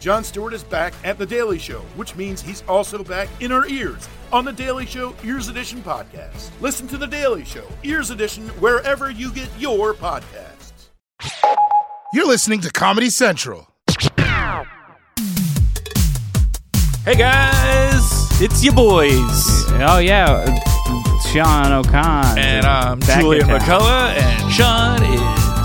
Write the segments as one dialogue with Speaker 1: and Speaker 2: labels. Speaker 1: Jon Stewart is back at The Daily Show, which means he's also back in our ears on The Daily Show Ears Edition podcast. Listen to The Daily Show Ears Edition wherever you get your podcasts.
Speaker 2: You're listening to Comedy Central.
Speaker 3: Hey guys, it's your boys.
Speaker 4: Oh yeah, uh, Sean O'Con.
Speaker 3: And I'm
Speaker 4: Back in
Speaker 3: Julian
Speaker 4: town.
Speaker 3: McCullough, and Sean is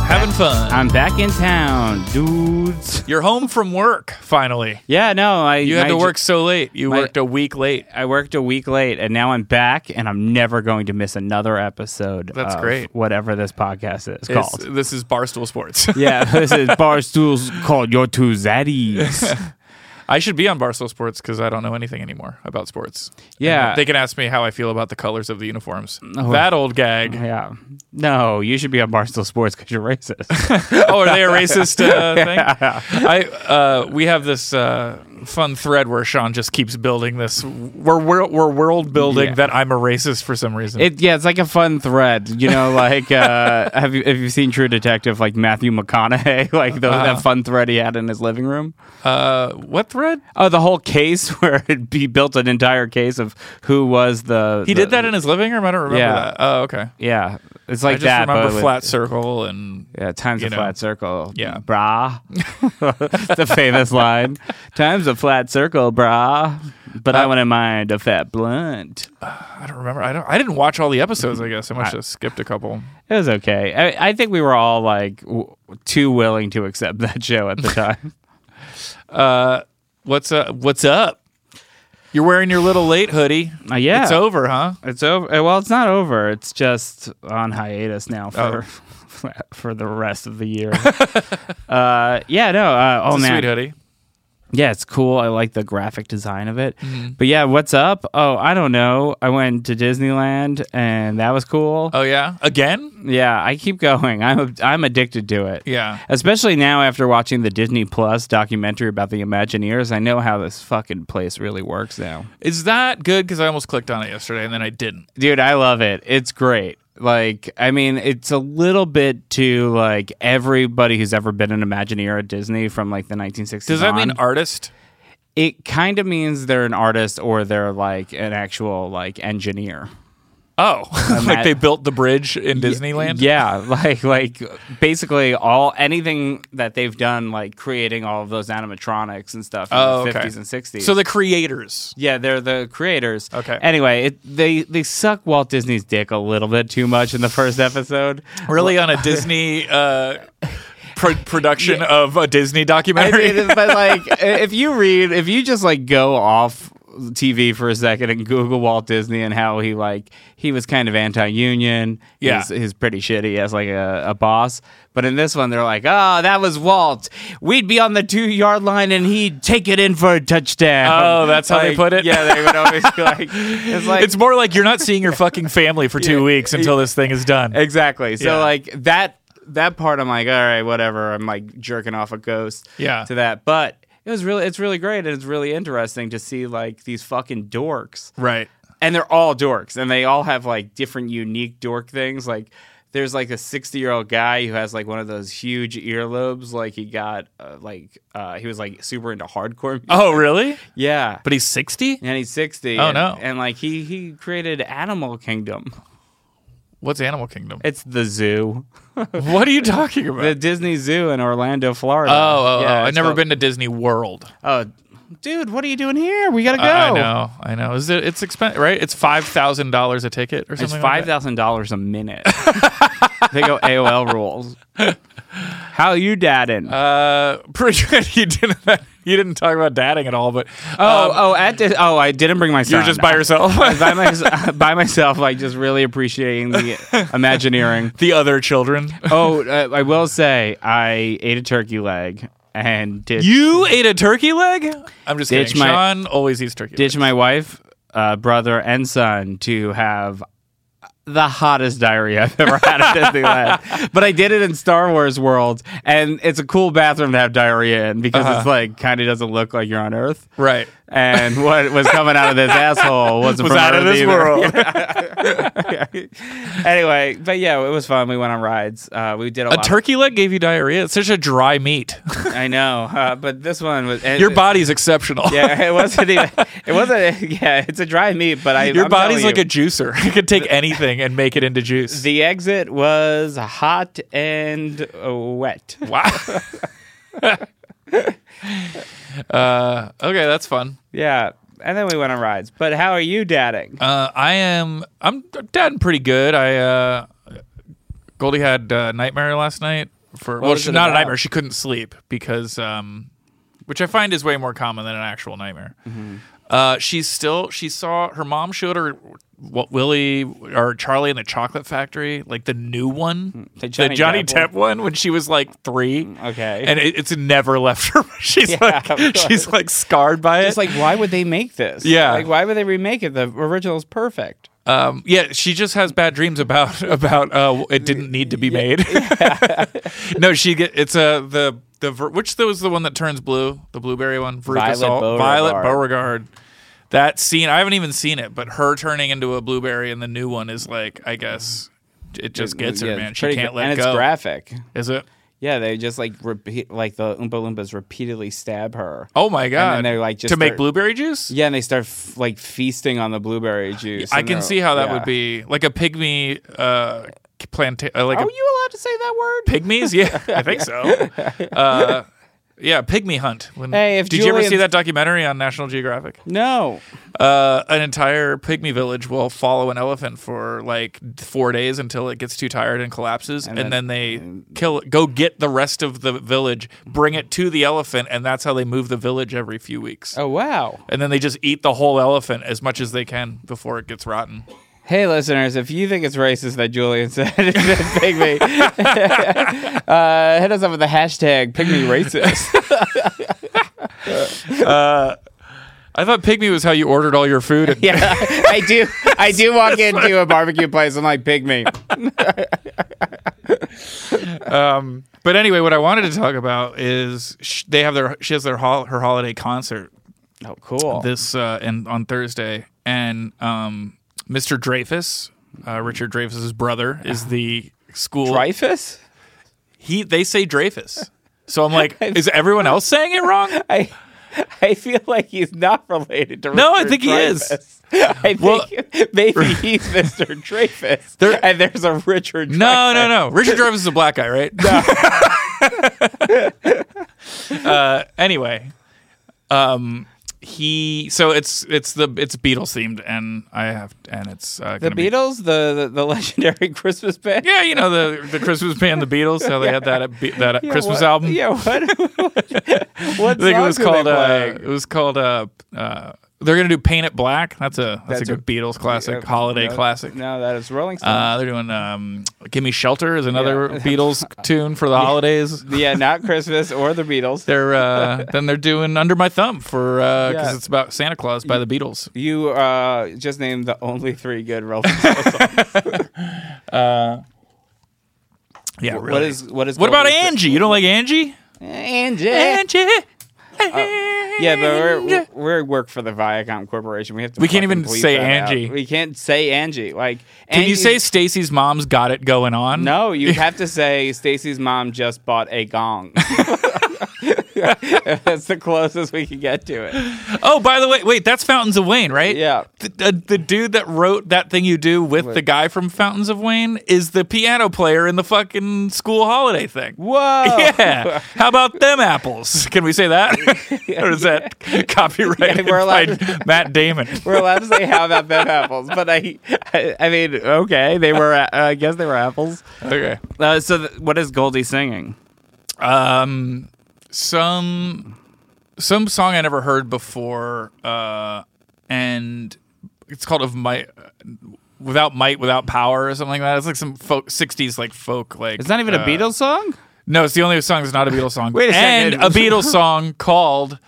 Speaker 3: having fun.
Speaker 4: I'm back in town, dudes.
Speaker 3: You're home from work, finally.
Speaker 4: Yeah, no, I
Speaker 3: You had
Speaker 4: my
Speaker 3: to
Speaker 4: j-
Speaker 3: work so late. You
Speaker 4: my-
Speaker 3: worked a week late.
Speaker 4: I worked a week late, and now I'm back, and I'm never going to miss another episode.
Speaker 3: That's
Speaker 4: of
Speaker 3: great.
Speaker 4: Whatever this podcast is
Speaker 3: It's-
Speaker 4: called.
Speaker 3: This is Barstool Sports.
Speaker 4: yeah, this is Barstool's called Your Two Zaddies.
Speaker 3: I should be on Barstool Sports because I don't know anything anymore about sports.
Speaker 4: Yeah. Oh.
Speaker 3: And they can ask me how I feel about the colors of the uniforms. That old gag.
Speaker 4: yeah. No, you should be on Barstool Sports because you're racist.
Speaker 3: oh, are they a racist uh, thing? I uh, we have this uh, fun thread where Sean just keeps building this. We're we're, we're world building
Speaker 4: Yeah.
Speaker 3: that I'm a racist for some reason.
Speaker 4: It yeah, it's like a fun thread, you know. Like, uh, have you have you seen True Detective? Like Matthew McConaughey, like the,
Speaker 3: Uh-huh.
Speaker 4: that fun thread he had in his living room.
Speaker 3: uh, what thread?
Speaker 4: Oh, the whole case where it, he built an entire case of who was the.
Speaker 3: He
Speaker 4: the-
Speaker 3: did that in his living room. I don't remember
Speaker 4: Yeah.
Speaker 3: that. Oh, okay.
Speaker 4: Yeah, it's
Speaker 3: I
Speaker 4: like
Speaker 3: just
Speaker 4: that.
Speaker 3: remember
Speaker 4: but with-
Speaker 3: flat circle and
Speaker 4: yeah, times
Speaker 3: you
Speaker 4: a
Speaker 3: know.
Speaker 4: flat circle.
Speaker 3: Yeah.
Speaker 4: brah. the famous line. Times a flat circle, brah. But
Speaker 3: Uh,
Speaker 4: I wouldn't mind a fat blunt.
Speaker 3: I don't remember. I don't. I didn't watch all the episodes. I guess I must have skipped a couple.
Speaker 4: It was okay. I, I think we were all like w- too willing to accept that show at the time.
Speaker 3: What's up? What's up? You're wearing your little late hoodie.
Speaker 4: Uh, yeah.
Speaker 3: It's over, huh?
Speaker 4: It's over. uh, Well, it's not over. It's just on hiatus now
Speaker 3: Oh.
Speaker 4: for for the rest of the year. uh, yeah, no. Uh, oh
Speaker 3: It's a
Speaker 4: man,
Speaker 3: sweet hoodie.
Speaker 4: yeah, it's cool. I like the graphic design of it.
Speaker 3: Mm-hmm.
Speaker 4: But yeah, what's up? Oh, I don't know. I went to Disneyland and that was cool.
Speaker 3: Oh yeah. Again?
Speaker 4: Yeah, I keep going. I'm I'm addicted to it.
Speaker 3: Yeah.
Speaker 4: Especially now after watching the Disney Plus documentary about the Imagineers, I know how this fucking place really works now.
Speaker 3: Is that good? Because I almost clicked on it yesterday and then I didn't.
Speaker 4: dude i love it it's great like i mean it's a little bit to like everybody who's ever been an imagineer at disney from like the 1960s
Speaker 3: Does that mean
Speaker 4: on.
Speaker 3: artist?
Speaker 4: it kind of means they're an artist or they're like an actual like engineer
Speaker 3: Oh, like
Speaker 4: at-
Speaker 3: they built the bridge in Disneyland.
Speaker 4: yeah like like basically all anything that they've done like creating all of those animatronics and stuff in
Speaker 3: Oh,
Speaker 4: the
Speaker 3: okay.
Speaker 4: 50s and 60s
Speaker 3: So the creators.
Speaker 4: Yeah, they're the creators.
Speaker 3: Okay.
Speaker 4: Anyway, it, they they suck Walt Disney's dick a little bit too much in the first episode.
Speaker 3: Really on a Disney uh, pro- production of a Disney
Speaker 4: I
Speaker 3: documentary.
Speaker 4: mean, but like, if you read, if you just like go off TV for a second and Google Walt Disney and how he like he was kind of anti-union.
Speaker 3: Yeah.
Speaker 4: he's, he's pretty shitty as like a, a boss. But in this one, they're like, oh, that was Walt. We'd be on the two yard line and he'd take it in for a touchdown.
Speaker 3: Oh, that's how they
Speaker 4: Like,
Speaker 3: put it?
Speaker 4: Yeah, they would always be like, it's like
Speaker 3: it's more like you're not seeing your fucking family for two weeks until this thing is done.
Speaker 4: Exactly. So
Speaker 3: Yeah.
Speaker 4: like that that part I'm like, all right, whatever. I'm like jerking off a ghost
Speaker 3: Yeah.
Speaker 4: to that. But it was really it's really great and it's really interesting to see like these fucking dorks.
Speaker 3: Right.
Speaker 4: And they're all dorks and they all have like different unique dork things. Like there's like a 60 year old guy who has like one of those huge earlobes. Like he got uh, like uh, he was like super into hardcore. Music.
Speaker 3: Oh, really?
Speaker 4: Yeah.
Speaker 3: But he's 60?
Speaker 4: And he's 60.
Speaker 3: Oh,
Speaker 4: and,
Speaker 3: no.
Speaker 4: And like he he created Animal Kingdom.
Speaker 3: What's Animal Kingdom?
Speaker 4: It's the zoo.
Speaker 3: What are you talking about?
Speaker 4: the Disney Zoo in Orlando, Florida.
Speaker 3: oh, oh,
Speaker 4: Yeah,
Speaker 3: oh. I've
Speaker 4: it's
Speaker 3: never
Speaker 4: called-
Speaker 3: been to Disney World.
Speaker 4: Oh, dude, what are you doing here? We gotta go.
Speaker 3: I I know. I know. Is it, it's expensive, right? It's $5,000 a ticket or something
Speaker 4: It's
Speaker 3: like
Speaker 4: five
Speaker 3: that?
Speaker 4: thousand dollars a minute. they go AOL rules. How you dadding?
Speaker 3: Uh, pretty good. You didn't. You didn't talk about dating at all, but
Speaker 4: oh,
Speaker 3: um,
Speaker 4: oh, at Dis- oh, I didn't bring my son.
Speaker 3: you're just by yourself.
Speaker 4: by, my, by myself, like just really appreciating the Imagineering.
Speaker 3: the other children.
Speaker 4: Oh, uh, I will say, I ate a turkey leg and did
Speaker 3: You ate a turkey leg? I'm just
Speaker 4: Ditch
Speaker 3: kidding.
Speaker 4: my-
Speaker 3: Sean always eats turkey.
Speaker 4: ditch my wife, uh, brother, and son to have the hottest diarrhea I've ever had at Disneyland. but I did it in Star Wars World, Uh-huh. and it's a cool bathroom to have diarrhea in because it's like kind of doesn't look like you're on Earth.
Speaker 3: Right.
Speaker 4: and what was coming out of this asshole wasn't
Speaker 3: Was
Speaker 4: from
Speaker 3: out of
Speaker 4: Earth
Speaker 3: this
Speaker 4: either.
Speaker 3: world.
Speaker 4: Yeah. anyway, but yeah, it was fun. We went on rides. Uh, we did
Speaker 3: A
Speaker 4: a, lot.
Speaker 3: turkey leg gave you diarrhea. It's such a dry meat.
Speaker 4: I know, uh, but this one was and-
Speaker 3: Your body's exceptional.
Speaker 4: Yeah, it wasn't. Even, it wasn't. Yeah, it's a dry meat, but I.
Speaker 3: Your
Speaker 4: I'm
Speaker 3: body's
Speaker 4: telling
Speaker 3: like
Speaker 4: you,
Speaker 3: a juicer. It could take anything and make it into juice.
Speaker 4: The exit was hot and uh, wet.
Speaker 3: wow. uh, okay, that's fun.
Speaker 4: Yeah, and then we went on rides. But how are you dadding?
Speaker 3: Uh, I am. I'm dadding pretty good. I uh, Goldie had uh, nightmare last night. For well,
Speaker 4: was
Speaker 3: she,
Speaker 4: it
Speaker 3: not a
Speaker 4: about?
Speaker 3: nightmare. She couldn't sleep because, um, which I find is way more common than an actual nightmare.
Speaker 4: Mm-hmm.
Speaker 3: Uh, she's still. She saw her mom showed her what Willie or Charlie in the Chocolate Factory, like the new one,
Speaker 4: Mm, The Johnny Depp Mm,
Speaker 3: Depp one, when she was like three.
Speaker 4: Okay.
Speaker 3: and it, it's never left her. she's
Speaker 4: of
Speaker 3: like
Speaker 4: course.
Speaker 3: she's like scarred by it.
Speaker 4: It's like, why would they make this?
Speaker 3: Yeah.
Speaker 4: Like, why would they remake it? The original is perfect.
Speaker 3: Um, yeah, she just has bad dreams about about uh, it didn't need to be made. no, she get it's uh, the the ver- which though is the one that turns blue, the blueberry one, Veruca
Speaker 4: Violet
Speaker 3: Salt,
Speaker 4: Beauregard.
Speaker 3: Violet Beauregard. That scene, I haven't even seen it, but her turning into a blueberry in the new one is like, I guess it just gets her,
Speaker 4: Yeah,
Speaker 3: man.
Speaker 4: it's
Speaker 3: She
Speaker 4: pretty
Speaker 3: can't
Speaker 4: good.
Speaker 3: let
Speaker 4: and
Speaker 3: go.
Speaker 4: it's graphic.
Speaker 3: Is it?
Speaker 4: Yeah, they just like repeat, like the Oompa Loompas repeatedly stab her.
Speaker 3: Oh my god!
Speaker 4: they're, like, just
Speaker 3: to make
Speaker 4: start-
Speaker 3: blueberry juice.
Speaker 4: Yeah, and they start f- like feasting on the blueberry juice.
Speaker 3: I
Speaker 4: and
Speaker 3: can
Speaker 4: they're-
Speaker 3: see how that
Speaker 4: yeah. Oh,
Speaker 3: would be like a pygmy uh, plantain, uh, like a
Speaker 4: Are you allowed to say that word?
Speaker 3: pygmies yeah i think so uh, yeah pygmy hunt When-
Speaker 4: Hey, if
Speaker 3: did you ever see
Speaker 4: Julian's-
Speaker 3: that documentary on national geographic
Speaker 4: No.
Speaker 3: uh, an entire pygmy village will follow an elephant for like four days until it gets too tired and collapses and, then,
Speaker 4: then-
Speaker 3: they kill it, go get the rest of the village bring it to the elephant and that's how they move the village every few weeks
Speaker 4: Oh wow.
Speaker 3: and then they just eat the whole elephant as much as they can before it gets rotten
Speaker 4: Hey, listeners, if you think it's racist that Julian said it, pygmy, uh, hit us up with the hashtag pygmy racist.
Speaker 3: i thought pygmy was how you ordered all your food at
Speaker 4: yeah, I do. I do walk into a barbecue place. I'm like pygmy.
Speaker 3: Um, but anyway, what I wanted to talk about is sh- they have their she has their hol- her holiday concert
Speaker 4: Oh, cool.
Speaker 3: this uh, and on Thursday, and um, Mr. Dreyfus, uh, Richard Dreyfus's brother, is the school.
Speaker 4: Dreyfus?
Speaker 3: He they say Dreyfus, so I'm like, is everyone else saying it wrong?
Speaker 4: I I feel like he's not related to.
Speaker 3: No, I
Speaker 4: Richard
Speaker 3: think he is.
Speaker 4: Dreyfuss. I think
Speaker 3: Well-
Speaker 4: maybe he's Mr. Dreyfus,
Speaker 3: There-
Speaker 4: and there's a Richard.
Speaker 3: No, no, no. Richard Dreyfus is a black guy, right? uh, anyway, um, he so it's it's the it's Beatles themed, and I have and it's uh,
Speaker 4: The Beatles, the, the the legendary Christmas band.
Speaker 3: yeah, you know the the Christmas band, the Beatles. How they had that at Be- that
Speaker 4: Yeah,
Speaker 3: Christmas
Speaker 4: what-
Speaker 3: album.
Speaker 4: Yeah, what? what
Speaker 3: I think it was called. Uh, it was called. Uh, uh, they're gonna do "Paint It Black." That's a that's,
Speaker 4: That's
Speaker 3: a
Speaker 4: a-
Speaker 3: good Beatles classic, holiday
Speaker 4: no,
Speaker 3: classic.
Speaker 4: No, that is Rolling Stones.
Speaker 3: Uh, they're doing um, "Give Me Shelter" is another
Speaker 4: Yeah.
Speaker 3: Beatles tune for the holidays.
Speaker 4: yeah, not Christmas or the Beatles.
Speaker 3: They're uh, then they're doing "Under My Thumb" for because
Speaker 4: Yeah.
Speaker 3: it's about Santa Claus by the Beatles.
Speaker 4: you uh, just named the only three good Rolling Stones.
Speaker 3: Yeah,
Speaker 4: What
Speaker 3: really.
Speaker 4: is what is? Eh.
Speaker 3: What about
Speaker 4: Golden-
Speaker 3: Angie? You don't like Angie?
Speaker 4: Angie?
Speaker 3: Angie.
Speaker 4: Uh, Yeah, but we're, we're we're work for the Viacom Corporation. We have to.
Speaker 3: We can't
Speaker 4: fucking
Speaker 3: even
Speaker 4: bleep
Speaker 3: say
Speaker 4: that out.
Speaker 3: Angie.
Speaker 4: We can't say Angie. Like,
Speaker 3: Can you say Stacy's mom's got it going on?
Speaker 4: No, you have to say Stacy's mom just bought a gong. That's the closest we can get to it.
Speaker 3: Oh, by the way, wait, that's Fountains of Wayne, right?
Speaker 4: Yeah.
Speaker 3: The, the, the dude that wrote that thing you do with the guy from Fountains of Wayne is the piano player in the fucking school holiday thing.
Speaker 4: Whoa.
Speaker 3: Yeah. How about them apples? Can we say that? or is that copyrighted
Speaker 4: Yeah, we're
Speaker 3: by
Speaker 4: allowed
Speaker 3: Matt Damon?
Speaker 4: We're allowed to say how about them apples, but I, I, I mean, okay, they were. Uh, I guess they were apples.
Speaker 3: okay.
Speaker 4: Uh, so, th- what is Goldie singing?
Speaker 3: Um, some some song I never heard before, uh, and it's called "Of Might." Without might, without power, or something like that. It's like some folk, '60s like folk, like
Speaker 4: It's not even
Speaker 3: uh,
Speaker 4: a Beatles song.
Speaker 3: No, it's the only song that's not a Beatles song.
Speaker 4: Wait a
Speaker 3: and
Speaker 4: second.
Speaker 3: a Beatles song called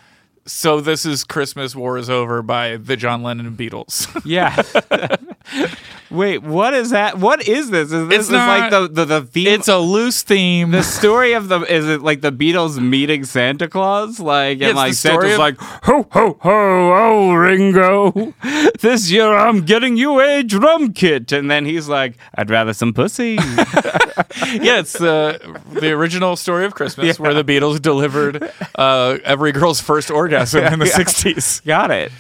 Speaker 3: "So This Is Christmas, War Is Over" by the John Lennon Beatles.
Speaker 4: Yeah, Wait, what is that? What is this? Is this
Speaker 3: It's
Speaker 4: is like the
Speaker 3: not-
Speaker 4: the, the theme?
Speaker 3: It's a loose theme.
Speaker 4: the story of the is it like the Beatles meeting Santa Claus? Like
Speaker 3: Yeah,
Speaker 4: and
Speaker 3: it's
Speaker 4: like
Speaker 3: the story
Speaker 4: Santa's
Speaker 3: of-
Speaker 4: like, ho ho ho, oh Ringo. This year I'm getting you a drum kit. And then he's like, I'd rather some pussy.
Speaker 3: yeah, it's the the original story of Christmas where the Beatles delivered uh, every girl's first orgasm in the '60s.
Speaker 4: Got it.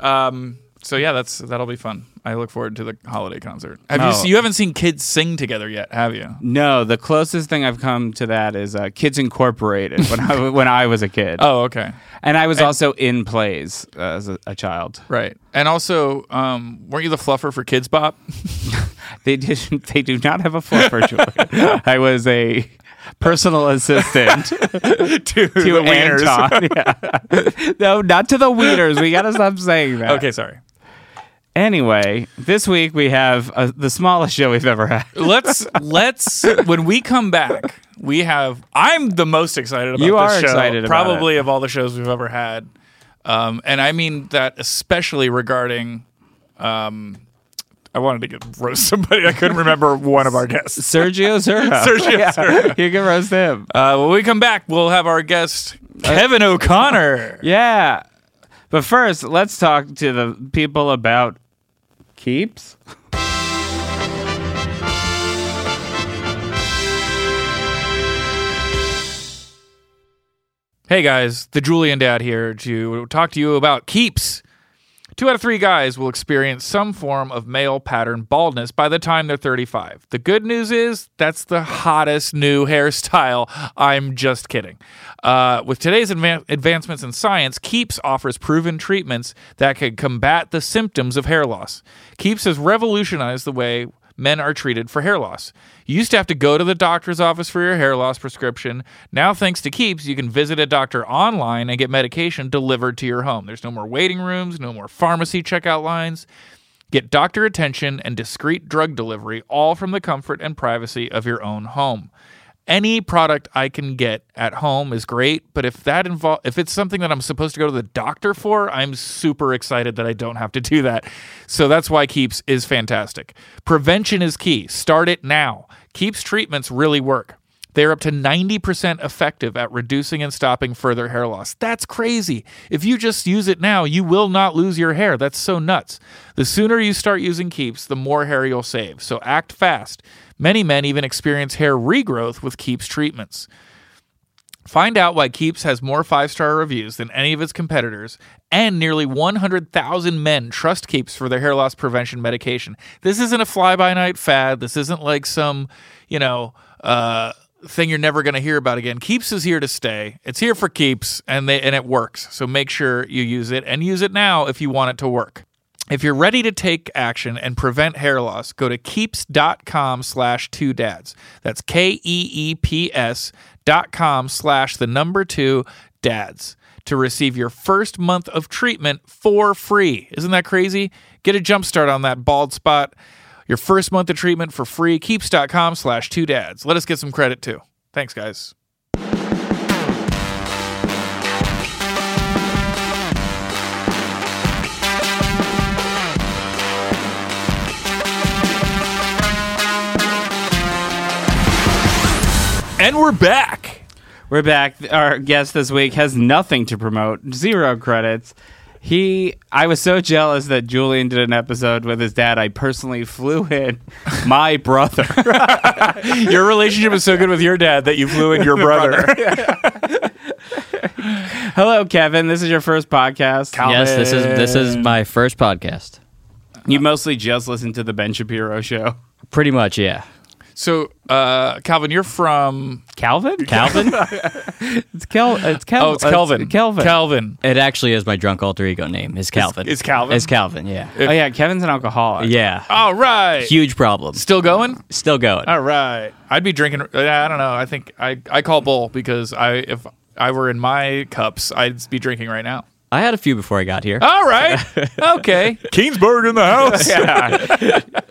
Speaker 3: Um, so yeah, that's that'll be fun. I look forward to the holiday concert. Have
Speaker 4: No.
Speaker 3: you se- you haven't seen kids sing together yet, have you?
Speaker 4: No, the closest thing I've come to that is uh, Kids Incorporated when I when I was a kid.
Speaker 3: Oh, okay,
Speaker 4: and I was also in plays uh, as a, a child.
Speaker 3: right. And also, um, weren't you the fluffer for Kids Bop?
Speaker 4: They did. They do not have a fluffer joy. I was a personal assistant
Speaker 3: to
Speaker 4: to Anton. Yeah. no, not to the wieners. We gotta stop saying that.
Speaker 3: Okay, sorry.
Speaker 4: Anyway, this week we have uh the smallest show we've ever had.
Speaker 3: Let's let's when we come back, we have. I'm the most excited about
Speaker 4: You
Speaker 3: this
Speaker 4: are
Speaker 3: show,
Speaker 4: excited about
Speaker 3: probably of all the shows we've ever had, um, and I mean that especially regarding. Um, I wanted to get roast somebody. I couldn't remember one of our guests.
Speaker 4: Sergio Zerno.
Speaker 3: Sergio Zerno.
Speaker 4: You can roast him.
Speaker 3: Uh, when we come back, we'll have our guest
Speaker 4: Uh,
Speaker 3: Kevin O'Connor.
Speaker 4: Yeah. But first, let's talk to the people about keeps.
Speaker 3: Hey guys, the Julian Dad here to talk to you about keeps. Two out of three guys will experience some form of male pattern baldness by the time they're 35. The good news is that's the hottest new hairstyle. I'm just kidding. Uh, with today's advan- advancements in science, Keeps offers proven treatments that can combat the symptoms of hair loss. Keeps has revolutionized the way men are treated for hair loss. You used to have to go to the doctor's office for your hair loss prescription. Now, thanks to Keeps, you can visit a doctor online and get medication delivered to your home. There's no more waiting rooms, no more pharmacy checkout lines. Get doctor attention and discreet drug delivery all from the comfort and privacy of your own home. Any product I can get at home is great, but if that involve if it's something that I'm supposed to go to the doctor for, I'm super excited that I don't have to do that. So that's why Keeps is fantastic. Prevention is key. Start it now. Keeps treatments really work. They're up to 90% effective at reducing and stopping further hair loss. That's crazy. If you just use it now, you will not lose your hair. That's so nuts. The sooner you start using Keeps, the more hair you'll save. So act fast. Many men even experience hair regrowth with Keeps treatments. Find out why Keeps has more five star reviews than any of its competitors, and nearly 100,000 men trust Keeps for their hair loss prevention medication. This isn't a fly by night fad. This isn't like some, you know, uh, thing you're never going to hear about again. Keeps is here to stay. It's here for Keeps, and they and it works. So make sure you use it and use it now if you want it to work. If you're ready to take action and prevent hair loss, go to keeps.com slash two dads. That's K E E P S dot com slash the number two dads to receive your first month of treatment for free. Isn't that crazy? Get a jump start on that bald spot. Your first month of treatment for free. Keeps.com slash two dads. Let us get some credit too. Thanks, guys. And we're back.
Speaker 4: We're back. Our guest this week has nothing to promote, zero credits. He, I was so jealous that Julian did an episode with his dad. I personally flew in my brother.
Speaker 3: Your relationship is so good with your dad that you flew in your brother.
Speaker 4: Hello, Kevin. This is your first podcast.
Speaker 5: Yes, this is this is my first podcast.
Speaker 4: You mostly just listen to the Ben Shapiro show.
Speaker 5: Pretty much, yeah.
Speaker 3: So, uh, Calvin, you're from
Speaker 4: Calvin?
Speaker 5: Calvin?
Speaker 4: It's Kel. It's Kel.
Speaker 3: oh, it's Kelvin.
Speaker 4: Kelvin.
Speaker 3: Calvin.
Speaker 5: it actually is my drunk alter ego name. Is Calvin?
Speaker 3: is Calvin?
Speaker 5: Is Calvin? Yeah.
Speaker 4: oh yeah, Kevin's an alcoholic.
Speaker 5: Yeah.
Speaker 3: All right.
Speaker 5: Huge problem.
Speaker 3: Still going?
Speaker 5: Still going.
Speaker 3: All right. I'd be drinking. I don't know. I think I I call bull because I if I were in my cups, I'd be drinking right Uh, now.
Speaker 5: I had a few before I got here.
Speaker 3: All right. Okay. Kingsburg in the house.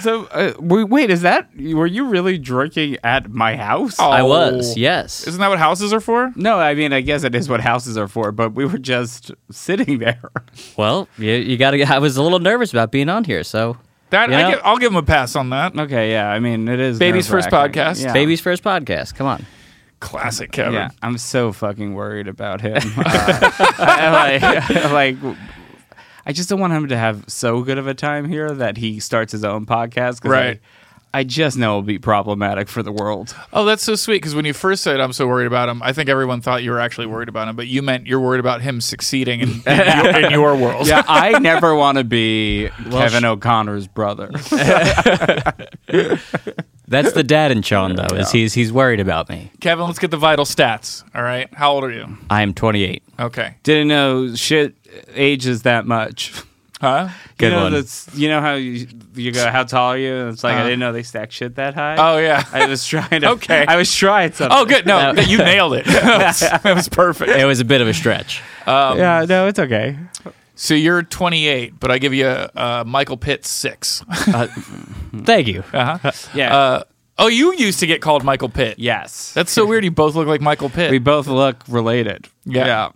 Speaker 4: So uh, wait, wait, is that were you really drinking at my house?
Speaker 3: Oh.
Speaker 5: I was, yes.
Speaker 3: Isn't that what houses are for?
Speaker 4: No, I mean, I guess it is what houses are for, but we were just sitting there.
Speaker 5: Well, you, you got to. I was a little nervous about being on here, so
Speaker 3: That
Speaker 5: you know,
Speaker 3: I give, I'll give him a pass on that.
Speaker 4: Okay, yeah, I mean, it is.
Speaker 3: Baby's first
Speaker 4: nerve-wracking.
Speaker 3: podcast.
Speaker 4: Yeah.
Speaker 5: baby's first podcast. Come on,
Speaker 3: Classic Kevin.
Speaker 4: Yeah, I'm so fucking worried about him. Uh, I, I, like, like, I just don't want him to have so good of a time here that he starts his own podcast. 'cause I-
Speaker 3: Right.
Speaker 4: I, just know it'll be problematic for the world.
Speaker 3: Oh, that's so sweet. Because when you first said I'm so worried about him, I think everyone thought you were actually worried about him, but you meant you're worried about him succeeding in, in, your, in your world.
Speaker 4: Yeah, I never want to be Kevin
Speaker 5: sh-
Speaker 4: O'Connor's brother.
Speaker 5: that's the dad in Sean though. Is he's he's worried about me?
Speaker 3: Kevin, let's get the vital stats. All right. How old are you?
Speaker 5: I'm 28.
Speaker 3: Okay.
Speaker 4: Didn't know shit ages that much.
Speaker 3: Huh?
Speaker 5: Good
Speaker 4: you know,
Speaker 5: one.
Speaker 4: That's, you know how you, you go, how tall are you? And it's like I didn't know they stack shit that high.
Speaker 3: Oh, yeah.
Speaker 4: I was trying to.
Speaker 3: Okay.
Speaker 4: I was trying something.
Speaker 3: Oh, good. No, that you nailed it. That was, that was perfect.
Speaker 5: It was a bit of a stretch.
Speaker 4: Yeah, no, it's okay.
Speaker 3: So you're 28, but I give you a, uh Michael Pitt six.
Speaker 5: Thank you.
Speaker 4: Yeah.
Speaker 3: Uh, oh, you used to get called Michael Pitt.
Speaker 4: yes.
Speaker 3: That's so weird. You both look like Michael Pitt.
Speaker 4: we both look related.
Speaker 3: Yeah.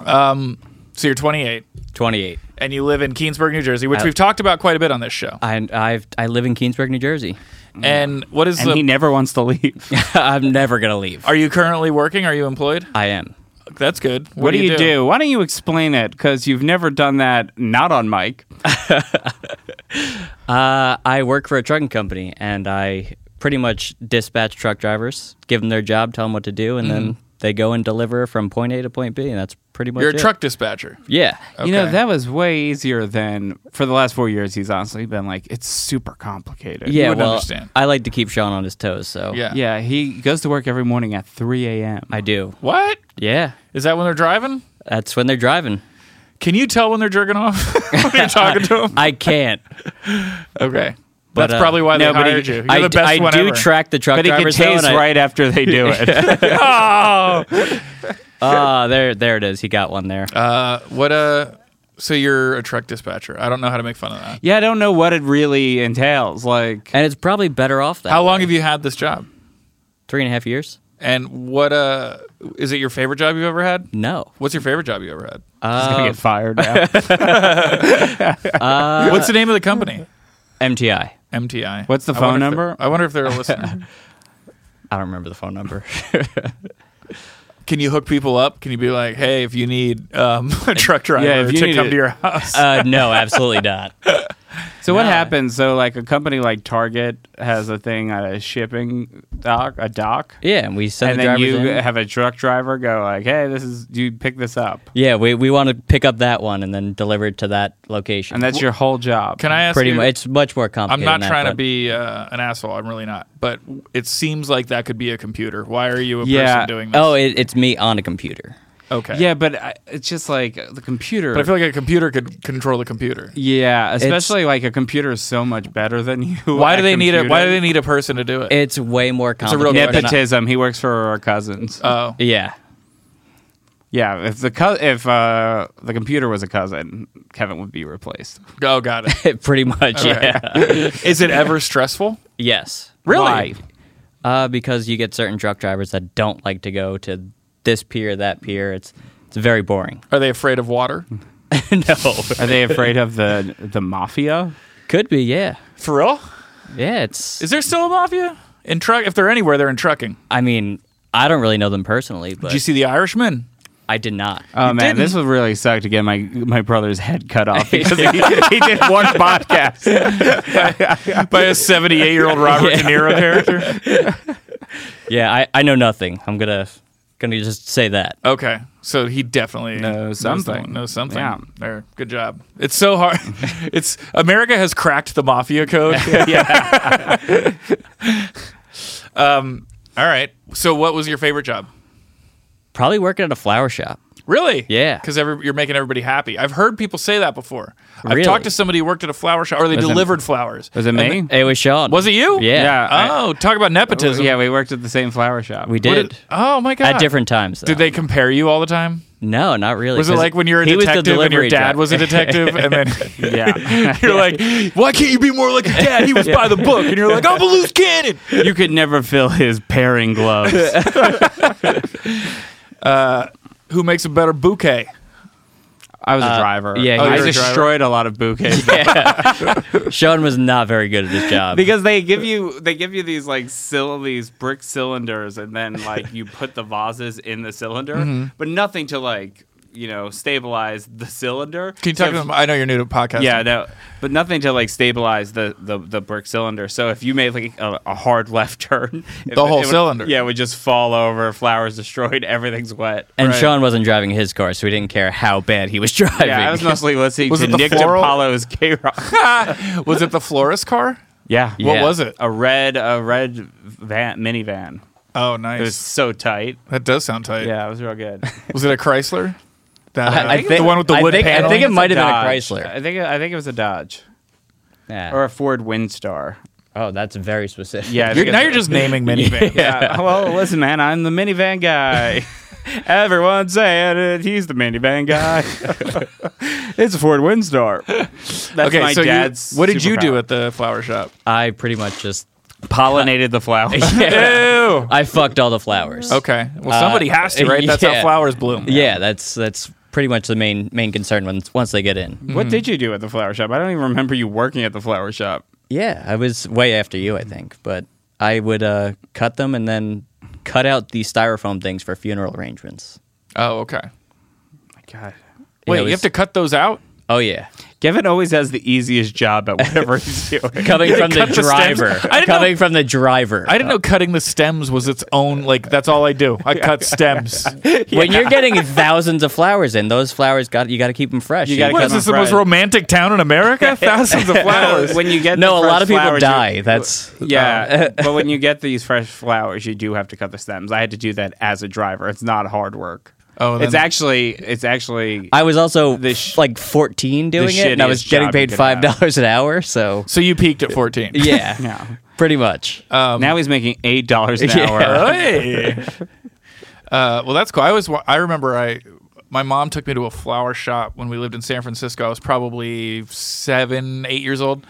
Speaker 3: Um, so you're 28
Speaker 5: 28.
Speaker 3: and you live in Keansburg, New Jersey, which
Speaker 5: I-
Speaker 3: we've talked about quite a bit on this show.
Speaker 5: I I've I live in Keansburg, New Jersey.
Speaker 3: and what is
Speaker 4: And
Speaker 3: the?
Speaker 4: he never wants to leave. what,
Speaker 5: I'm never gonna leave.
Speaker 3: are you currently working? Are you employed?
Speaker 5: I am.
Speaker 3: That's good. What,
Speaker 4: do you do? Why don't you explain it? Because you've never done that not on mic.
Speaker 5: Uh, I work for a trucking company, and I pretty much dispatch truck drivers, give them their job, tell them what to do, and then they go and deliver from point A to point B, and that's pretty much
Speaker 3: Mm-hmm. You're a
Speaker 5: it.
Speaker 3: truck dispatcher.
Speaker 5: Yeah.
Speaker 4: You know,
Speaker 3: Okay.
Speaker 4: that was way easier than for the last four years. He's honestly been like, it's super complicated.
Speaker 5: Yeah,
Speaker 3: would
Speaker 5: well,
Speaker 3: understand.
Speaker 5: I like to keep Sean on his toes, so
Speaker 3: Yeah.
Speaker 4: Yeah. He goes to work every morning at 3 a.m.
Speaker 5: I do.
Speaker 3: What?
Speaker 5: Yeah,
Speaker 3: Is that when they're driving?
Speaker 5: that's when they're driving.
Speaker 3: Can you tell when they're jerking off? when you're talking to them.
Speaker 5: I can't.
Speaker 3: Okay.
Speaker 5: But,
Speaker 3: That's
Speaker 5: uh,
Speaker 3: probably why they
Speaker 4: no, but he-
Speaker 3: hired you. You're
Speaker 5: I,
Speaker 3: the best
Speaker 5: I
Speaker 3: one
Speaker 5: do
Speaker 3: ever.
Speaker 5: track the truck
Speaker 4: But he can
Speaker 5: drivers. though,
Speaker 4: taste
Speaker 5: and I-
Speaker 4: right after they do it.
Speaker 5: Ah, there, there it is. He got one there.
Speaker 3: Uh, what uh So you're a truck dispatcher. I don't know how to make fun of that.
Speaker 4: yeah, I don't know what it really entails. Like,
Speaker 5: and it's probably better off that
Speaker 3: How long have you had this job?
Speaker 5: three and a half years.
Speaker 3: And what uh is it your favorite job you've ever had?
Speaker 5: No,
Speaker 3: What's your favorite job you ever had?
Speaker 4: he's gonna get fired now.
Speaker 5: Uh,
Speaker 3: What's the name of the company?
Speaker 5: MTI.
Speaker 3: MTI.
Speaker 4: What's the
Speaker 3: I wonder
Speaker 4: phone
Speaker 3: if they're-
Speaker 4: number?
Speaker 3: I wonder if they're a listener.
Speaker 5: I don't remember the phone number.
Speaker 3: Can you hook people up? Can you be like, hey, if you need um, a truck driver
Speaker 4: if you
Speaker 3: to
Speaker 4: need
Speaker 3: come
Speaker 4: it-
Speaker 3: to your house?
Speaker 5: uh, no, absolutely not.
Speaker 4: So what happens? So like a company like Target has a thing at a shipping dock, a dock,
Speaker 5: Yeah, and we send
Speaker 4: and
Speaker 5: the
Speaker 4: then
Speaker 5: drivers
Speaker 4: you
Speaker 5: in.
Speaker 4: have a truck driver go like, "Hey, this is you pick this up,"
Speaker 5: yeah, we, we want to pick up that one and then deliver it to that location.
Speaker 4: and that's your whole job.
Speaker 3: Can I ask
Speaker 5: pretty
Speaker 3: you?
Speaker 5: much. It's much more
Speaker 3: I'm
Speaker 5: complicated.
Speaker 3: not
Speaker 5: than that,
Speaker 3: trying to
Speaker 5: but-
Speaker 3: be uh, an asshole. I'm really not. But it seems like that could be a computer. Why are you a
Speaker 4: Yeah.
Speaker 3: person doing this?
Speaker 5: Oh, it, it's me on a computer.
Speaker 3: okay.
Speaker 4: Yeah, but I, it's just like the computer.
Speaker 3: But I feel like a computer could control the computer.
Speaker 4: yeah, especially like a computer is so much better than you.
Speaker 3: Why
Speaker 4: at
Speaker 3: do they need a Why do they
Speaker 4: computing.
Speaker 3: need a person to do it?
Speaker 5: It's way more
Speaker 3: real
Speaker 5: complicated. than I-
Speaker 4: nepotism? He works for our cousins.
Speaker 3: oh,
Speaker 5: Yeah.
Speaker 4: yeah, if the co- if uh, the computer was a cousin, Kevin would be replaced.
Speaker 3: oh, got it.
Speaker 5: Pretty much, yeah.
Speaker 3: Is it ever stressful?
Speaker 5: Yes.
Speaker 3: Really?
Speaker 4: Why?
Speaker 5: Uh, because you get certain truck drivers that don't like to go to this pier, that pier. It's it's very boring.
Speaker 3: Are they afraid of water?
Speaker 5: no.
Speaker 4: Are they afraid of the the mafia?
Speaker 5: Could be, yeah.
Speaker 3: For real?
Speaker 5: Yeah, it's
Speaker 3: Is there still a mafia in truck? If they're anywhere, they're in trucking.
Speaker 5: I mean, I don't really know them personally, but
Speaker 3: Did you see Uh, the Irishman?
Speaker 5: I did not.
Speaker 4: Oh man, this would really suck to get my my brother's head cut off because he, he did one podcast.
Speaker 3: by a 78 year old Robert De Niro character.
Speaker 5: yeah, I, I know nothing. I'm gonna gonna just say that.
Speaker 3: Okay, so he definitely knows
Speaker 4: something.
Speaker 3: the- Knows something.
Speaker 4: Yeah.
Speaker 3: There, good job. It's so hard. it's America has cracked the mafia code. um. All right. So, what was your favorite job?
Speaker 5: Probably working at a flower shop.
Speaker 3: Really?
Speaker 5: Yeah.
Speaker 3: Because you're making everybody happy. I've heard people say that before. I've
Speaker 5: Really?
Speaker 3: talked to somebody who worked at a flower shop, or they
Speaker 4: it-
Speaker 3: delivered flowers.
Speaker 4: Was it
Speaker 3: And
Speaker 4: me?
Speaker 5: It was Sean.
Speaker 3: Was it you?
Speaker 5: Yeah.
Speaker 4: Yeah. I-
Speaker 3: Oh, talk about nepotism.
Speaker 4: yeah, we worked at the same flower shop.
Speaker 5: We
Speaker 3: What
Speaker 5: did.
Speaker 3: oh my god.
Speaker 5: At different times. Though.
Speaker 3: Did they compare you all the time?
Speaker 5: No, not really.
Speaker 3: Was it
Speaker 5: 'cause
Speaker 3: like when you're a
Speaker 5: he was the
Speaker 3: detective and your
Speaker 5: delivery
Speaker 3: dad
Speaker 5: driver.
Speaker 3: was a detective, and then
Speaker 4: Yeah.
Speaker 3: you're like, "Why can't you be more like your dad? He was by the book," and you're like, "I'm a loose cannon."
Speaker 4: you could never fill his pairing gloves.
Speaker 3: Who makes a better bouquet?
Speaker 4: I was Uh, a driver.
Speaker 5: yeah,
Speaker 3: you
Speaker 4: I
Speaker 3: were a driver?
Speaker 4: destroyed a lot of bouquets.
Speaker 5: Sean was not very good at his job.
Speaker 4: Because they give you they give you these like sil- these brick cylinders and then like you put the vases in the cylinder,
Speaker 3: Mm-hmm.
Speaker 4: but nothing to like you know stabilize the cylinder.
Speaker 3: Can you talk to them? I know you're new to podcasting.
Speaker 4: Yeah, no, but nothing to like stabilize the, the, the brick cylinder. So if you made like a, a hard left turn, it
Speaker 3: The
Speaker 4: would-
Speaker 3: whole
Speaker 4: it would-
Speaker 3: cylinder.
Speaker 4: yeah, it would just fall over. Flowers destroyed. Everything's wet.
Speaker 5: and
Speaker 3: Right.
Speaker 5: Sean wasn't driving his car, so we didn't care how bad he was driving.
Speaker 4: yeah, I was mostly listening
Speaker 3: Was
Speaker 4: to
Speaker 3: it the
Speaker 4: Nick
Speaker 3: floral?
Speaker 4: DiPaolo's K Rock.
Speaker 3: was it the florist car?
Speaker 4: yeah, Oh,
Speaker 3: What
Speaker 5: Yeah.
Speaker 3: was it?
Speaker 4: a red a red van minivan.
Speaker 3: Oh,
Speaker 4: It was
Speaker 3: nice.
Speaker 4: so tight.
Speaker 3: That does sound tight.
Speaker 4: Yeah, it was real good.
Speaker 3: Was it a Chrysler? That,
Speaker 5: I- I
Speaker 3: uh,
Speaker 5: think-
Speaker 3: the one with the
Speaker 5: I
Speaker 3: wood
Speaker 5: think- I
Speaker 3: paneling?
Speaker 5: think it might have been a
Speaker 4: Dodge.
Speaker 5: Chrysler.
Speaker 4: I think it, I think it was a Dodge
Speaker 5: Yeah.
Speaker 4: or a Ford Windstar.
Speaker 5: oh, that's very specific.
Speaker 4: Yeah, I
Speaker 3: You're-
Speaker 4: think
Speaker 3: now
Speaker 4: it's-
Speaker 3: you're just naming minivans.
Speaker 4: Yeah. Well, listen, man, I'm the minivan guy. Everyone's saying it. He's the minivan guy. it's a Ford Windstar. That's
Speaker 3: Okay,
Speaker 4: my
Speaker 3: so you-
Speaker 4: dad's.
Speaker 3: what did you do
Speaker 4: superpower.
Speaker 3: at the flower shop?
Speaker 5: I pretty much just.
Speaker 4: Pollinated the flower.
Speaker 3: Ew.
Speaker 5: I fucked all the flowers.
Speaker 3: Okay. Well, somebody has to, right? That's how
Speaker 5: yeah.
Speaker 3: flowers bloom.
Speaker 5: Yeah, that's that's pretty much the main main concern once once they get in.
Speaker 4: What did you do at the flower shop? I don't even remember you working at the flower shop.
Speaker 5: Yeah, I was way after you, I think, but I would uh, cut them and then cut out the styrofoam things for funeral arrangements.
Speaker 3: Oh, okay.
Speaker 4: My God.
Speaker 5: Yeah,
Speaker 3: Wait,
Speaker 5: it
Speaker 3: you
Speaker 5: was-
Speaker 3: have to cut those out?
Speaker 5: Oh yeah,
Speaker 4: Kevin always has the easiest job at whatever he's doing.
Speaker 5: coming from the
Speaker 3: cut the stems?
Speaker 5: driver.
Speaker 3: I didn't
Speaker 5: coming from the driver.
Speaker 3: I didn't know cutting the stems was its own, like, that's all I do. I cut stems.
Speaker 5: When you're getting thousands of flowers in, those flowers got you got to keep them fresh.
Speaker 4: gotta
Speaker 3: What is this, the most romantic town in America? Thousands of flowers.
Speaker 4: when you get
Speaker 5: no,
Speaker 4: the
Speaker 5: a lot
Speaker 4: fresh
Speaker 5: of people
Speaker 4: flowers, you-
Speaker 5: die. That's
Speaker 4: Yeah, but when you get these fresh flowers, you do have to cut the stems. I had to do that as a driver. It's not hard work.
Speaker 3: Oh,
Speaker 4: it's
Speaker 3: then-
Speaker 4: actually it's actually
Speaker 5: I was also
Speaker 4: The sh-
Speaker 5: like 14 doing it, and I was
Speaker 4: shittiest
Speaker 5: getting
Speaker 4: job
Speaker 5: paid
Speaker 4: you could have.
Speaker 5: five dollars an hour. So
Speaker 3: so you peaked at 14.
Speaker 5: yeah,
Speaker 4: yeah.
Speaker 5: pretty much.
Speaker 4: now he's making eight dollars an
Speaker 5: Yeah.
Speaker 4: hour.
Speaker 3: Hey. uh, well, that's cool. I was. wa- I remember. I my mom took me to a flower shop when we lived in San Francisco. I was probably seven, eight years old,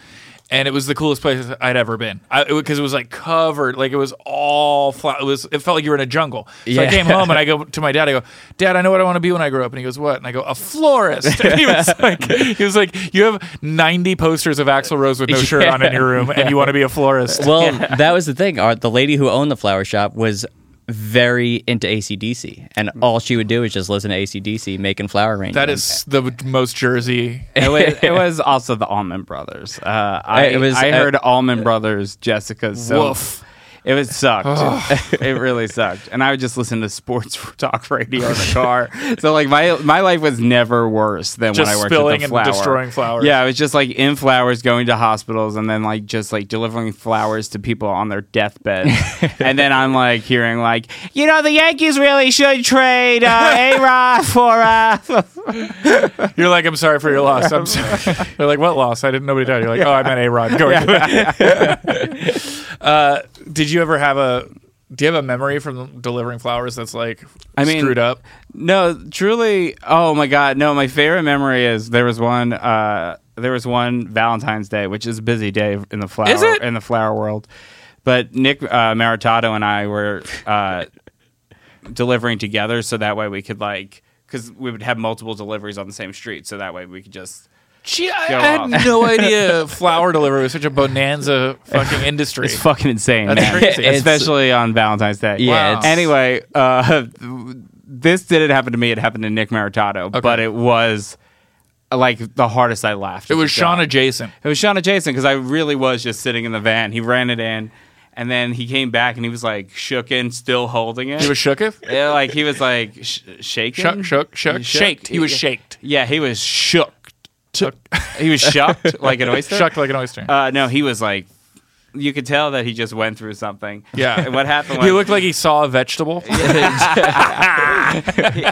Speaker 3: and it was the coolest place I'd ever been. Because it, 'cause it was like covered, like it was all flower. It was. It felt like you were in a jungle. So I
Speaker 5: Yeah.
Speaker 3: came home and I go to my dad. I go, Dad, I know what I want to be when I grow up. And he goes, What? And I go, A florist. And he was like, He was like, You have ninety posters of Axl Rose with no shirt on in your room, and you want to be a florist.
Speaker 5: Well, that was the thing. Our, the lady who owned the flower shop was very into ACDC, and all she would do is just listen to ACDC making flower arrangements.
Speaker 3: that is the most Jersey
Speaker 4: it, was, it was also the Allman Brothers. Uh, I
Speaker 5: It was-
Speaker 4: I heard Allman Brothers Jessica's so
Speaker 3: Woof.
Speaker 4: It was sucked. it really sucked, and I would just listen to sports talk radio in the car. so like my my life was never worse than
Speaker 3: Just
Speaker 4: when I worked
Speaker 3: spilling
Speaker 4: at the
Speaker 3: and
Speaker 4: flower.
Speaker 3: destroying flowers.
Speaker 4: Yeah, it was just like in flowers, going to hospitals, and then like just like delivering flowers to people on their deathbed. and then I'm like hearing like, you know, the Yankees really should trade uh, A Rod for uh,
Speaker 3: You're like, I'm sorry for your loss. I'm sorry. They're like, what loss? I didn't. Nobody died. You're like, oh, I meant a Rod. Go. uh, did you ever have a? Do you have a memory from delivering flowers that's like
Speaker 4: I mean-
Speaker 3: screwed up?
Speaker 4: No, truly. Oh my God, no. My favorite memory is there was one. Uh, there was one Valentine's Day, which is a busy day in the flower
Speaker 3: Is it?
Speaker 4: in the flower world. But Nick uh, Maritato and I were uh, delivering together, so that way we could like because we would have multiple deliveries on the same street, so that way we could just.
Speaker 3: Gee, I, I
Speaker 4: Go
Speaker 3: had
Speaker 4: off.
Speaker 3: no idea flower delivery was such a bonanza fucking industry.
Speaker 4: It's fucking insane,
Speaker 3: That's
Speaker 4: man.
Speaker 3: crazy. It's-
Speaker 4: Especially on Valentine's Day.
Speaker 5: Yeah,
Speaker 3: Wow. it's-
Speaker 4: Anyway, uh, this didn't happen to me. It happened to Nick Maritato, but it was uh, like the hardest I laughed.
Speaker 3: it
Speaker 4: at
Speaker 3: was
Speaker 4: the job.
Speaker 3: Sean adjacent.
Speaker 4: It was Shauna Jason because I really was just sitting in the van. He ran it in, and then he came back and he was like shooken, still holding it.
Speaker 3: He was shooketh.
Speaker 4: Yeah, like he was like sh- shaking,
Speaker 3: Shook, shook, shook,
Speaker 4: He
Speaker 3: shaked. He was
Speaker 4: Yeah.
Speaker 3: shaked.
Speaker 4: Yeah, he was shook.
Speaker 3: Shook,
Speaker 4: He was shocked like an oyster.
Speaker 3: shook like an oyster.
Speaker 4: Uh, no, he Uh, was like you could tell that he just went through something.
Speaker 3: Yeah.
Speaker 4: And what happened was
Speaker 3: He looked like he saw a vegetable.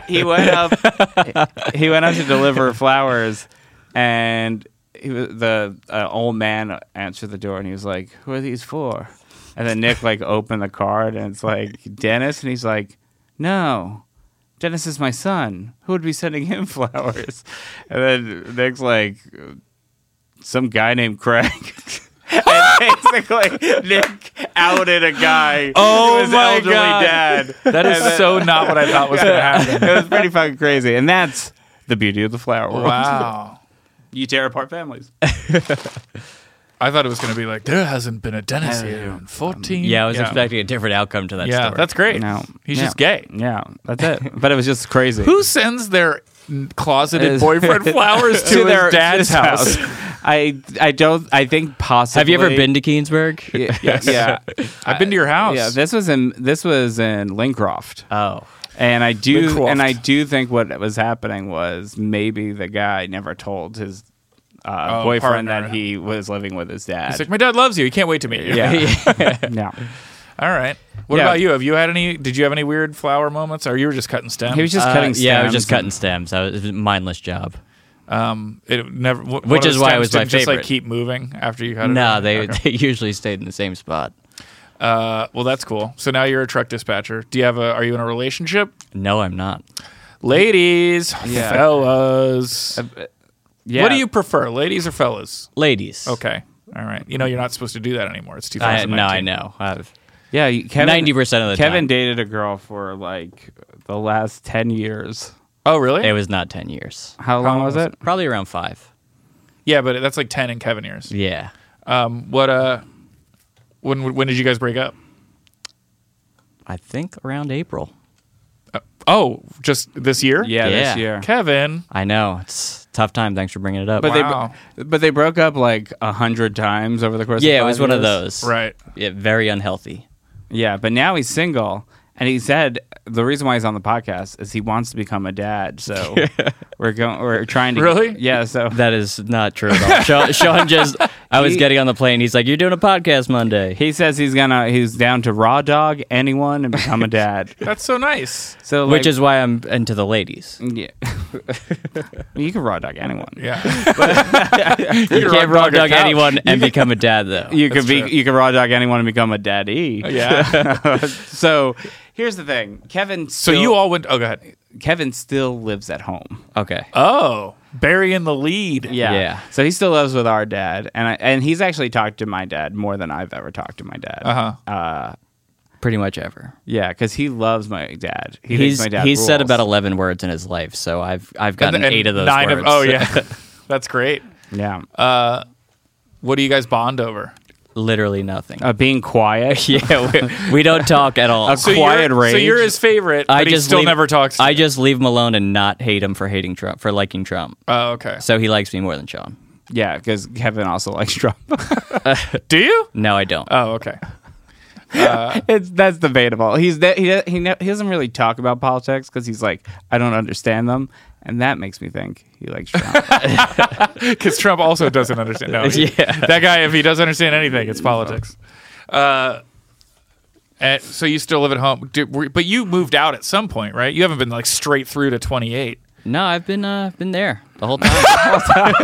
Speaker 4: he went up. He went up to deliver flowers, and he was, the uh, old man answered the door, and he was like, "Who are these for?" And then Nick like opened the card, and it's like Dennis, and he's like, "No." Dennis is my son. Who would be sending him flowers? And then Nick's like, some guy named Craig. and basically, Nick outed a guy.
Speaker 3: Oh
Speaker 4: who was
Speaker 3: my
Speaker 4: elderly
Speaker 3: God.
Speaker 4: dad.
Speaker 3: That is so not what I thought was going to happen.
Speaker 4: it was pretty fucking crazy. And that's the beauty of the flower world.
Speaker 3: Wow.
Speaker 4: You tear apart families.
Speaker 3: I thought it was going to be like there hasn't been a dentist here in 14.
Speaker 5: Yeah, I was expecting a different outcome to that
Speaker 3: Yeah,
Speaker 5: story.
Speaker 3: that's great.
Speaker 4: No.
Speaker 3: He's
Speaker 4: Yeah.
Speaker 3: just gay.
Speaker 4: Yeah, that's it. But it was just crazy.
Speaker 3: Who sends their n- closeted
Speaker 4: Is-
Speaker 3: boyfriend flowers to, their
Speaker 4: to
Speaker 3: dad's
Speaker 4: his
Speaker 3: house?
Speaker 4: I I don't. I think possibly.
Speaker 5: Have you ever been to Keensburg?
Speaker 4: Yeah, yeah,
Speaker 3: I've been to your house.
Speaker 4: yeah. This was in this was in Lincroft.
Speaker 5: Oh.
Speaker 4: And I do,
Speaker 3: Lincroft.
Speaker 4: and I do think what was happening was maybe the guy never told his uh,
Speaker 3: Oh,
Speaker 4: boyfriend
Speaker 3: partner.
Speaker 4: that he was living with his
Speaker 3: It's
Speaker 4: dad.
Speaker 3: like my dad loves you. He can't wait to meet you.
Speaker 4: yeah, yeah.
Speaker 3: All right. What
Speaker 4: Yeah.
Speaker 3: about you? Have you had any? Did you have any weird flower moments, or you were just cutting stems?
Speaker 4: He was just
Speaker 5: Uh,
Speaker 4: cutting.
Speaker 5: yeah, I was just
Speaker 4: stems
Speaker 5: cutting stems. I was, it was a mindless job.
Speaker 3: um, it never. wh- one
Speaker 5: Which
Speaker 3: of the
Speaker 5: is why it
Speaker 3: stems
Speaker 5: was my
Speaker 3: didn't Just like
Speaker 5: favorite.
Speaker 3: keep moving after you had it.
Speaker 5: No,
Speaker 3: on?
Speaker 5: they,
Speaker 3: Okay.
Speaker 5: they usually stayed in the same spot.
Speaker 3: Uh, well, that's cool. So now you're a truck dispatcher. Do you have a? Are you in a relationship,
Speaker 5: No, I'm not.
Speaker 3: ladies,
Speaker 4: Yeah.
Speaker 3: fellas?
Speaker 4: and- uh, Yeah.
Speaker 3: What do you prefer, ladies or fellas?
Speaker 5: Ladies.
Speaker 3: Okay. All right. You know you're not supposed to do that anymore. It's
Speaker 5: I,
Speaker 3: 2019.
Speaker 5: no, I know. I've,
Speaker 4: Yeah, you- Kevin.
Speaker 5: 90% of the
Speaker 4: Kevin
Speaker 5: time.
Speaker 4: dated a girl for like the last ten years.
Speaker 3: Oh, really?
Speaker 5: it was not 10 years.
Speaker 4: How long was it?
Speaker 5: Probably around five.
Speaker 3: yeah, but that's like 10 in Kevin years.
Speaker 5: Yeah.
Speaker 3: Um, what uh, when when did you guys break up?
Speaker 5: I think around April.
Speaker 3: Oh, just this year?
Speaker 4: Yeah,
Speaker 5: Yeah.
Speaker 4: this year.
Speaker 3: Kevin.
Speaker 5: I know. It's a tough time. Thanks for bringing it up.
Speaker 4: But
Speaker 3: Wow.
Speaker 4: they, but they broke up like a hundred times over the course. of
Speaker 5: yeah, it
Speaker 4: five
Speaker 5: was one of
Speaker 4: years.
Speaker 5: those.
Speaker 3: Right.
Speaker 5: Yeah, very unhealthy.
Speaker 4: Yeah, but now he's single, and he said the reason why he's on the podcast is he wants to become a dad. So we're going. We're trying to
Speaker 3: Really?
Speaker 4: Yeah. So
Speaker 5: That is not true at all. Sean, Sean just, I was
Speaker 4: He-
Speaker 5: getting on the plane. He's like, You're doing a podcast Monday.
Speaker 4: he says he's gonna he's down to raw dog anyone and become a dad.
Speaker 3: That's so nice.
Speaker 4: So like,
Speaker 5: which is why I'm into the ladies.
Speaker 4: yeah. you can raw dog anyone.
Speaker 3: Yeah.
Speaker 5: You can't raw dog anyone and become a dad, though.
Speaker 4: You could be
Speaker 3: true.
Speaker 4: you could raw dog anyone and become a daddy.
Speaker 5: Oh,
Speaker 3: yeah.
Speaker 4: So here's the thing, Kevin.
Speaker 3: So
Speaker 4: Still,
Speaker 3: you all went. Oh, go ahead.
Speaker 4: Kevin still lives at home.
Speaker 5: okay.
Speaker 3: Oh, burying the lead.
Speaker 5: Yeah.
Speaker 4: So he still lives with our dad, and I, and he's actually talked to my dad more than I've ever talked to my dad.
Speaker 5: Uh-huh.
Speaker 3: Uh huh.
Speaker 5: Pretty much ever.
Speaker 4: Yeah, because he loves my dad. He
Speaker 5: he's
Speaker 4: thinks my dad.
Speaker 5: he's said
Speaker 4: rules.
Speaker 5: about 11 words in his life, so I've I've gotten eight of those
Speaker 3: Nine
Speaker 5: words.
Speaker 3: of. Oh yeah. That's great.
Speaker 4: yeah
Speaker 5: Uh,
Speaker 3: What do you guys bond over?
Speaker 5: Literally nothing.
Speaker 4: uh, being quiet.
Speaker 5: yeah, we, we don't talk at all.
Speaker 4: A So
Speaker 3: you're,
Speaker 4: Quiet
Speaker 3: So
Speaker 4: rage.
Speaker 3: you're his favorite, but
Speaker 5: I
Speaker 3: he
Speaker 5: just
Speaker 3: still
Speaker 5: leave-
Speaker 3: never talks. To
Speaker 5: I
Speaker 3: you.
Speaker 5: just leave him alone and not hate him for hating Trump for liking Trump.
Speaker 3: Oh, okay.
Speaker 5: So he likes me more than Sean.
Speaker 4: yeah, because Kevin also likes Trump.
Speaker 3: Do you?
Speaker 5: No, I don't.
Speaker 3: Oh, okay.
Speaker 4: it's that's debatable. He's that he he, ne- he doesn't really talk about politics because he's like I don't understand them, and that makes me think he likes Trump.
Speaker 3: Because Trump also doesn't understand. No, he- that guy, if he doesn't understand anything, it's politics. Uh, and so you still live at home, Do- were- but you moved out at some point, right? You haven't been like straight through to 28.
Speaker 5: No, I've been uh been there the whole time.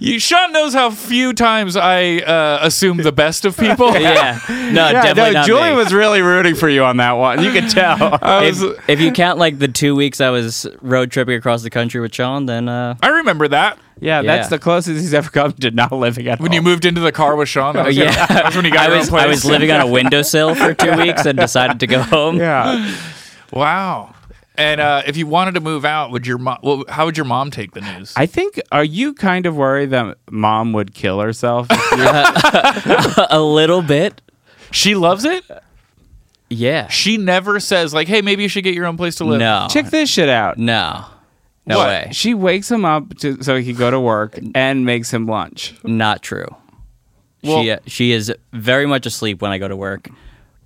Speaker 3: You, Sean knows how few times I uh, assume the best of people.
Speaker 5: yeah. No,
Speaker 4: Yeah,
Speaker 5: Uh, definitely
Speaker 4: no,
Speaker 5: not
Speaker 4: Julie
Speaker 5: me.
Speaker 4: was really rooting for you on that one. You could tell.
Speaker 5: if, if you count like the two weeks I was road tripping across the country with Sean, then uh,
Speaker 3: I remember that
Speaker 4: yeah, that's
Speaker 5: Yeah.
Speaker 4: the closest he's ever come to not living at
Speaker 3: when
Speaker 4: home.
Speaker 3: you moved into the car with Sean. That was,
Speaker 5: Oh. Yeah.
Speaker 3: that was when you got
Speaker 5: I
Speaker 3: your
Speaker 5: was
Speaker 3: own place.
Speaker 5: I was living on a windowsill for two weeks and decided to go home.
Speaker 4: yeah,
Speaker 3: Wow. And uh, if you wanted to move out, would your mom? Well, how would your mom take the news?
Speaker 4: I think. Are you kind of worried that mom would kill herself?
Speaker 5: A little bit.
Speaker 3: she loves it.
Speaker 5: Yeah.
Speaker 3: She never says like, "Hey, maybe you should get your own place to live."
Speaker 5: No.
Speaker 4: Check this shit out.
Speaker 5: No. No
Speaker 3: What?
Speaker 5: way.
Speaker 4: She wakes him up to, so he could go to work and makes him lunch.
Speaker 5: Not true. she
Speaker 3: Well-
Speaker 5: uh, she is very much asleep when I go to work,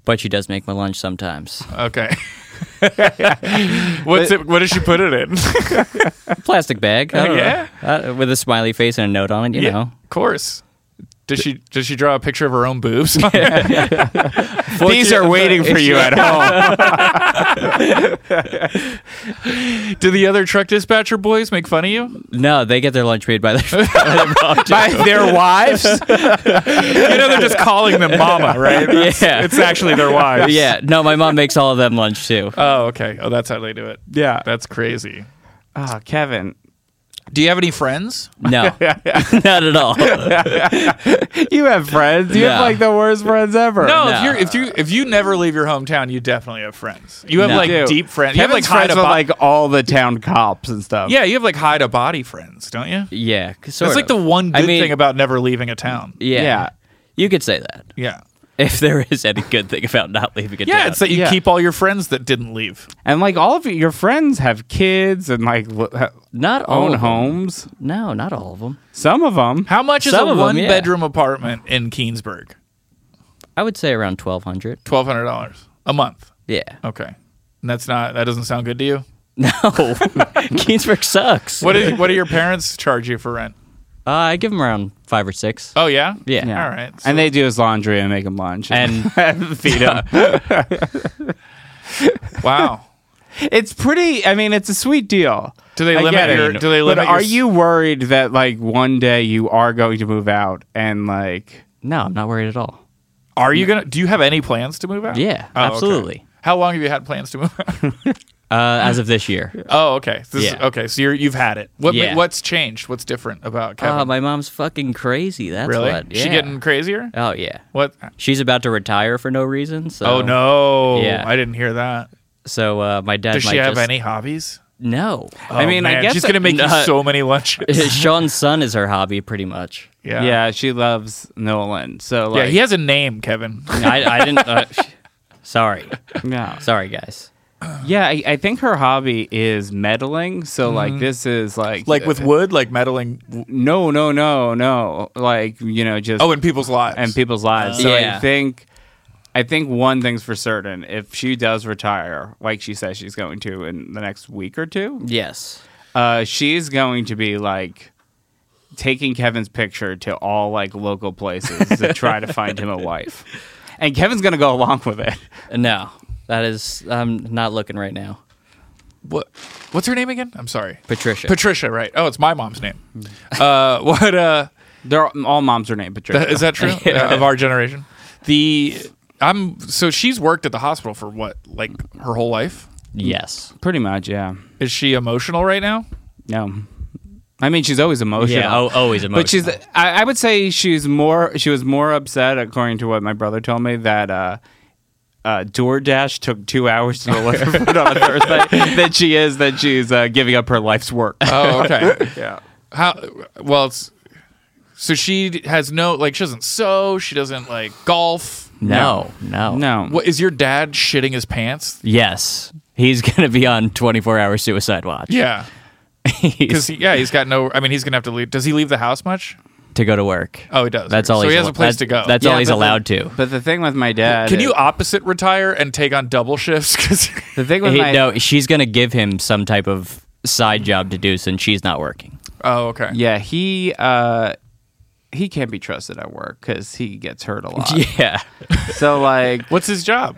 Speaker 5: but she does make my lunch sometimes.
Speaker 3: Okay. What's it? What does she put it in?
Speaker 5: A plastic bag. I don't know.
Speaker 3: Yeah.
Speaker 5: Uh, with a smiley face and a note on it, you know.
Speaker 3: of course. Does she does she draw a picture of her own boobs?
Speaker 4: These are waiting for you at home.
Speaker 3: Do the other truck dispatcher boys make fun of you?
Speaker 5: No, they get their lunch paid by their.
Speaker 4: By their wives?
Speaker 3: You know they're just calling them mama, right? That's-
Speaker 5: Yeah.
Speaker 3: it's actually their wives.
Speaker 5: yeah, no, my mom makes all of them lunch too.
Speaker 3: Oh, okay. Oh, that's how they do it.
Speaker 4: Yeah.
Speaker 3: That's crazy.
Speaker 4: Oh, Kevin.
Speaker 3: Do you have any friends?
Speaker 5: No, not at all.
Speaker 4: You have friends. You have
Speaker 5: No.
Speaker 4: like the worst friends ever.
Speaker 3: No,
Speaker 5: No.
Speaker 3: if you if you if you never leave your hometown, you definitely have friends. You have
Speaker 5: No.
Speaker 3: like
Speaker 4: Dude,
Speaker 3: deep friends. You have like
Speaker 4: Kevin's
Speaker 3: hide a
Speaker 4: friends with
Speaker 3: bo-
Speaker 4: like all the town cops and stuff.
Speaker 3: yeah, you have like hide a body friends, don't you?
Speaker 5: Yeah,
Speaker 3: That's
Speaker 5: sort
Speaker 3: like
Speaker 5: of.
Speaker 3: the one
Speaker 5: I
Speaker 3: good
Speaker 5: mean,
Speaker 3: thing about never leaving a town.
Speaker 5: Yeah,
Speaker 4: Yeah.
Speaker 5: you could say that
Speaker 3: Yeah.
Speaker 5: if there is any good thing about not leaving a
Speaker 3: Yeah,
Speaker 5: town.
Speaker 3: it's that you
Speaker 4: Yeah.
Speaker 3: keep all your friends that didn't leave.
Speaker 4: And like all of your friends have kids and like li- ha-
Speaker 5: not all
Speaker 4: own
Speaker 5: of 'em.
Speaker 4: homes.
Speaker 5: No, not all of them.
Speaker 4: Some of them.
Speaker 3: How much is
Speaker 5: Some
Speaker 3: a
Speaker 5: of 'em,
Speaker 3: one
Speaker 5: yeah.
Speaker 3: bedroom apartment in Keensburg?
Speaker 5: I would say around twelve hundred.
Speaker 3: Twelve hundred dollars a month.
Speaker 5: Yeah.
Speaker 3: Okay, and that's not that doesn't sound good to you.
Speaker 5: No, Keensburg Oh. sucks.
Speaker 3: What did, what do your parents charge you for rent?
Speaker 5: Uh, I give them around five or six.
Speaker 3: Oh yeah,
Speaker 5: Yeah.
Speaker 4: Yeah.
Speaker 3: All right, so-
Speaker 4: and they do his laundry and make him lunch
Speaker 5: And
Speaker 4: feed him.
Speaker 3: Wow.
Speaker 4: it's pretty. I mean, it's a sweet deal.
Speaker 3: Do they
Speaker 4: I
Speaker 3: limit
Speaker 4: get it.
Speaker 3: your- do they limit
Speaker 4: But
Speaker 3: your
Speaker 4: are
Speaker 3: s-
Speaker 4: you worried that like one day you are going to move out and like
Speaker 5: no, I'm not worried at all.
Speaker 3: Are you gonna? Do you have any plans to move out?
Speaker 5: Yeah,
Speaker 3: Oh, okay.
Speaker 5: absolutely.
Speaker 3: How long have you had plans to move out?
Speaker 5: Uh, as of this year,
Speaker 3: oh, okay. This is-
Speaker 5: Yeah.
Speaker 3: okay, so you're, you've had it. What ma-
Speaker 5: Yeah.
Speaker 3: what's changed? What's different about Kevin?
Speaker 5: uh, my mom's fucking crazy. That's
Speaker 3: really?
Speaker 5: what.
Speaker 3: She
Speaker 5: yeah.
Speaker 3: getting crazier?
Speaker 5: Oh yeah.
Speaker 3: What?
Speaker 5: She's about to retire for no reason. So.
Speaker 3: Oh no!
Speaker 5: Yeah.
Speaker 3: I didn't hear that.
Speaker 5: So uh, my dad.
Speaker 3: Does
Speaker 5: might
Speaker 3: she have
Speaker 5: just-
Speaker 3: any hobbies? Oh,
Speaker 5: No.
Speaker 4: I mean, I
Speaker 3: man,
Speaker 4: guess
Speaker 3: she's gonna make you
Speaker 5: not-
Speaker 3: so many lunches.
Speaker 5: Sean's son is her hobby, pretty much.
Speaker 3: Yeah.
Speaker 4: yeah, she loves Nolan. So
Speaker 3: Yeah,
Speaker 4: like
Speaker 3: he has a name, Kevin.
Speaker 5: I, I didn't. Uh, sorry,
Speaker 4: yeah.
Speaker 5: sorry, guys.
Speaker 4: Yeah, I, I think her hobby is meddling. So like this is like
Speaker 3: like with wood, like meddling.
Speaker 4: no no no no like you know just
Speaker 3: Oh, in people's lives.
Speaker 4: and people's
Speaker 3: Uh,
Speaker 4: lives. So I
Speaker 5: Yeah.
Speaker 4: think I think one thing's for certain: if she does retire, like she says she's going to in the next week or two,
Speaker 5: Yes.
Speaker 4: uh, she's going to be like taking Kevin's picture to all like local places to try to find him a wife. And Kevin's gonna go along with it.
Speaker 5: No, that is. I'm not looking right now.
Speaker 3: What? What's her name again? I'm sorry.
Speaker 5: Patricia. Mm.
Speaker 3: Patricia, right? Oh, it's my mom's name. Uh, what? Uh,
Speaker 4: They're all, all moms are named Patricia.
Speaker 3: That- Is that true? Uh, of our generation? The I'm so she's worked at the hospital for what, like her whole life?
Speaker 5: yes.
Speaker 4: Pretty much, yeah.
Speaker 3: Is she emotional right now?
Speaker 4: No. I mean, she's always emotional.
Speaker 5: Yeah. al- always emotional.
Speaker 4: But she's, I, I would say she's more, she was more upset, according to what my brother told me, that uh, uh, DoorDash took two hours to deliver food on a Thursday than she is that she's uh, giving up her life's work.
Speaker 5: Uh,
Speaker 3: Oh, okay.
Speaker 4: yeah.
Speaker 3: How? Well, it's so she has no like she doesn't sew. She doesn't like golf.
Speaker 5: no, no,
Speaker 4: No.
Speaker 3: What is your dad shitting his pants?
Speaker 5: Yes, he's gonna be on 24-hour suicide watch.
Speaker 3: Yeah.
Speaker 5: He's-
Speaker 3: Because yeah, he's got no. I mean, he's gonna have to leave. Does he leave the house much?
Speaker 5: to go to work.
Speaker 3: Oh, he does.
Speaker 5: That's all.
Speaker 3: So
Speaker 5: he's
Speaker 3: he has a
Speaker 5: al-
Speaker 3: place
Speaker 5: that-
Speaker 3: to go.
Speaker 5: That's
Speaker 4: Yeah,
Speaker 5: all he's
Speaker 4: but the-
Speaker 5: allowed to.
Speaker 4: But the thing with my dad.
Speaker 3: Can you
Speaker 4: is-
Speaker 3: opposite retire and take on double shifts? Because
Speaker 4: The thing with
Speaker 5: He,
Speaker 4: my.
Speaker 5: no, she's gonna give him some type of side job to do since she's not working.
Speaker 3: oh, okay.
Speaker 4: Yeah, he, uh, he can't be trusted at work because he gets hurt a lot.
Speaker 5: Yeah.
Speaker 4: So, like,
Speaker 3: What's his job?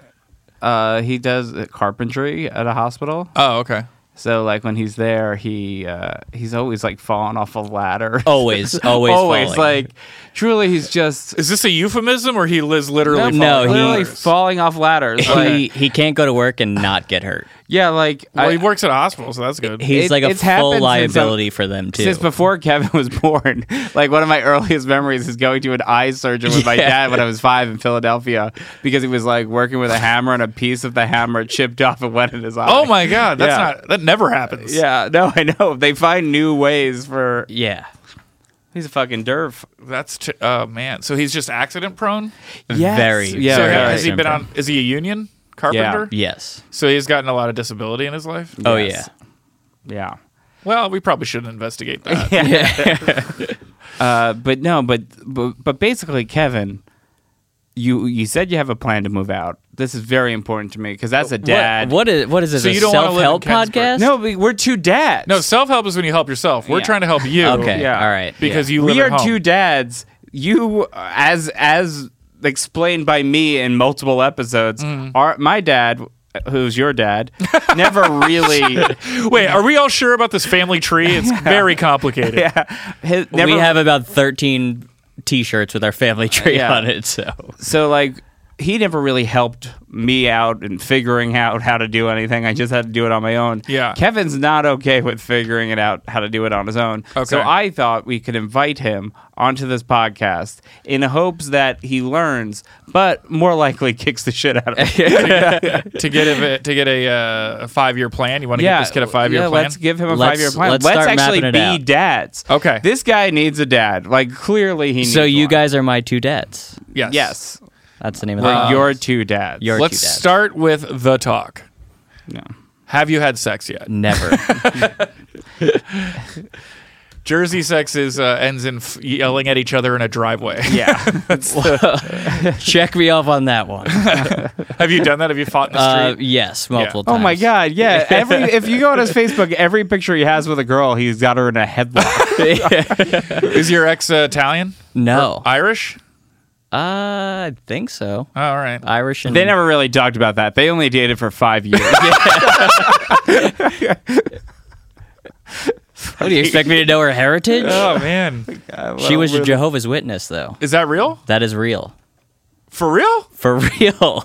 Speaker 4: uh, he does carpentry at a hospital.
Speaker 3: Oh, okay.
Speaker 4: So like when he's there, he uh, he's always like falling off a ladder.
Speaker 5: Always, always, falling.
Speaker 4: like truly, he's just
Speaker 3: Is this a euphemism or he lives literally?
Speaker 5: No,
Speaker 3: falling
Speaker 5: he-
Speaker 3: off
Speaker 4: literally
Speaker 3: ladders?
Speaker 4: falling off ladders.
Speaker 5: he
Speaker 4: Like,
Speaker 5: he can't go to work and not get hurt.
Speaker 4: yeah, like
Speaker 3: Well,
Speaker 4: I-
Speaker 3: he works at a hospital, so that's good.
Speaker 5: He's
Speaker 4: It-
Speaker 5: like a
Speaker 4: it's happened
Speaker 5: full
Speaker 4: since
Speaker 5: liability for them too.
Speaker 4: since before Kevin was born. Like one of my earliest memories is going to an eye surgeon with my
Speaker 5: Yeah.
Speaker 4: dad when I was five in Philadelphia because he was like working with a hammer and a piece of the hammer chipped off and went in his eye.
Speaker 3: oh my god, that's
Speaker 4: Yeah.
Speaker 3: not that never happens.
Speaker 4: Yeah, no, I know. They find new ways for.
Speaker 5: yeah.
Speaker 4: He's a fucking derf.
Speaker 3: that's t- oh man. So he's just accident prone.
Speaker 4: Yes.
Speaker 5: Very,
Speaker 4: Yeah.
Speaker 3: so
Speaker 5: very
Speaker 3: ha-
Speaker 4: yeah.
Speaker 3: has he been on?
Speaker 5: accident-prone.
Speaker 3: Is he a union carpenter?
Speaker 5: Yes.
Speaker 3: So he's gotten a lot of disability in his life.
Speaker 5: Oh
Speaker 4: Yes. yeah.
Speaker 3: Well, we probably shouldn't investigate that.
Speaker 5: yeah. yeah.
Speaker 4: Uh, but no, but, but but basically, Kevin, you you said you have a plan to move out. This is very important to me because that's a dad.
Speaker 5: What, what is what is this?
Speaker 3: So
Speaker 5: a
Speaker 3: you don't wanna live in
Speaker 5: self-help
Speaker 3: Kensburg?
Speaker 5: podcast?
Speaker 4: No, we- we're two dads.
Speaker 3: no, self help is when you help yourself. We're
Speaker 4: Yeah.
Speaker 3: trying to help you.
Speaker 5: Okay.
Speaker 4: Yeah.
Speaker 5: All right.
Speaker 3: Because you live
Speaker 4: we
Speaker 3: at
Speaker 4: are
Speaker 3: home.
Speaker 4: two dads you as as explained by me in multiple episodes are my dad who's your dad never really
Speaker 3: Wait, are we all sure about this family tree? It's very complicated.
Speaker 4: his, never
Speaker 5: we have about 13 t-shirts with our family tree
Speaker 4: Yeah.
Speaker 5: on it so
Speaker 4: so like he never really helped me out in figuring out how to do anything. I just had to do it on my own.
Speaker 3: Yeah.
Speaker 4: Kevin's not okay with figuring it out how to do it on his own. So
Speaker 3: Okay.
Speaker 4: I thought we could invite him onto this podcast in hopes that he learns, but more likely kicks the shit out of him.
Speaker 3: To get a to get a, uh, a five year plan, you want to get this kid a five year
Speaker 4: yeah,
Speaker 3: plan?
Speaker 4: Let's give him a
Speaker 5: Let's-
Speaker 4: five year plan.
Speaker 5: let's
Speaker 4: Let's,
Speaker 5: start
Speaker 4: actually
Speaker 5: mapping it
Speaker 4: be
Speaker 5: out.
Speaker 4: dads.
Speaker 3: Okay.
Speaker 4: This guy needs a dad. Like clearly he needs
Speaker 5: so you
Speaker 4: one.
Speaker 5: guys are my two dads
Speaker 3: yes. uh,
Speaker 4: Yes.
Speaker 5: that's the name of
Speaker 4: We're
Speaker 5: the
Speaker 4: your two dads.
Speaker 5: Your-
Speaker 3: Let's
Speaker 5: two dads.
Speaker 3: start with the talk.
Speaker 4: No.
Speaker 3: Have you had sex yet?
Speaker 5: never
Speaker 3: Jersey sex is uh, ends in f- yelling at each other in a driveway.
Speaker 4: Yeah.
Speaker 5: check me off on that one
Speaker 3: Have you done that? Have you fought in the
Speaker 5: uh,
Speaker 3: street?
Speaker 5: yes multiple
Speaker 4: Oh
Speaker 5: times
Speaker 4: my god, yeah. Every if you go on his Facebook, every picture he has with a girl, he's got her in a headlock.
Speaker 3: Is your ex uh, Italian?
Speaker 5: no uh,
Speaker 3: Irish?
Speaker 5: i think so
Speaker 3: Oh, all right.
Speaker 5: irish and
Speaker 4: they never really talked about that. They only dated for five years.
Speaker 5: what Oh, do you expect me to know her heritage
Speaker 3: oh man,
Speaker 5: she was a jehovah's witness though
Speaker 3: is that real?
Speaker 5: that is real
Speaker 3: For real?
Speaker 5: for real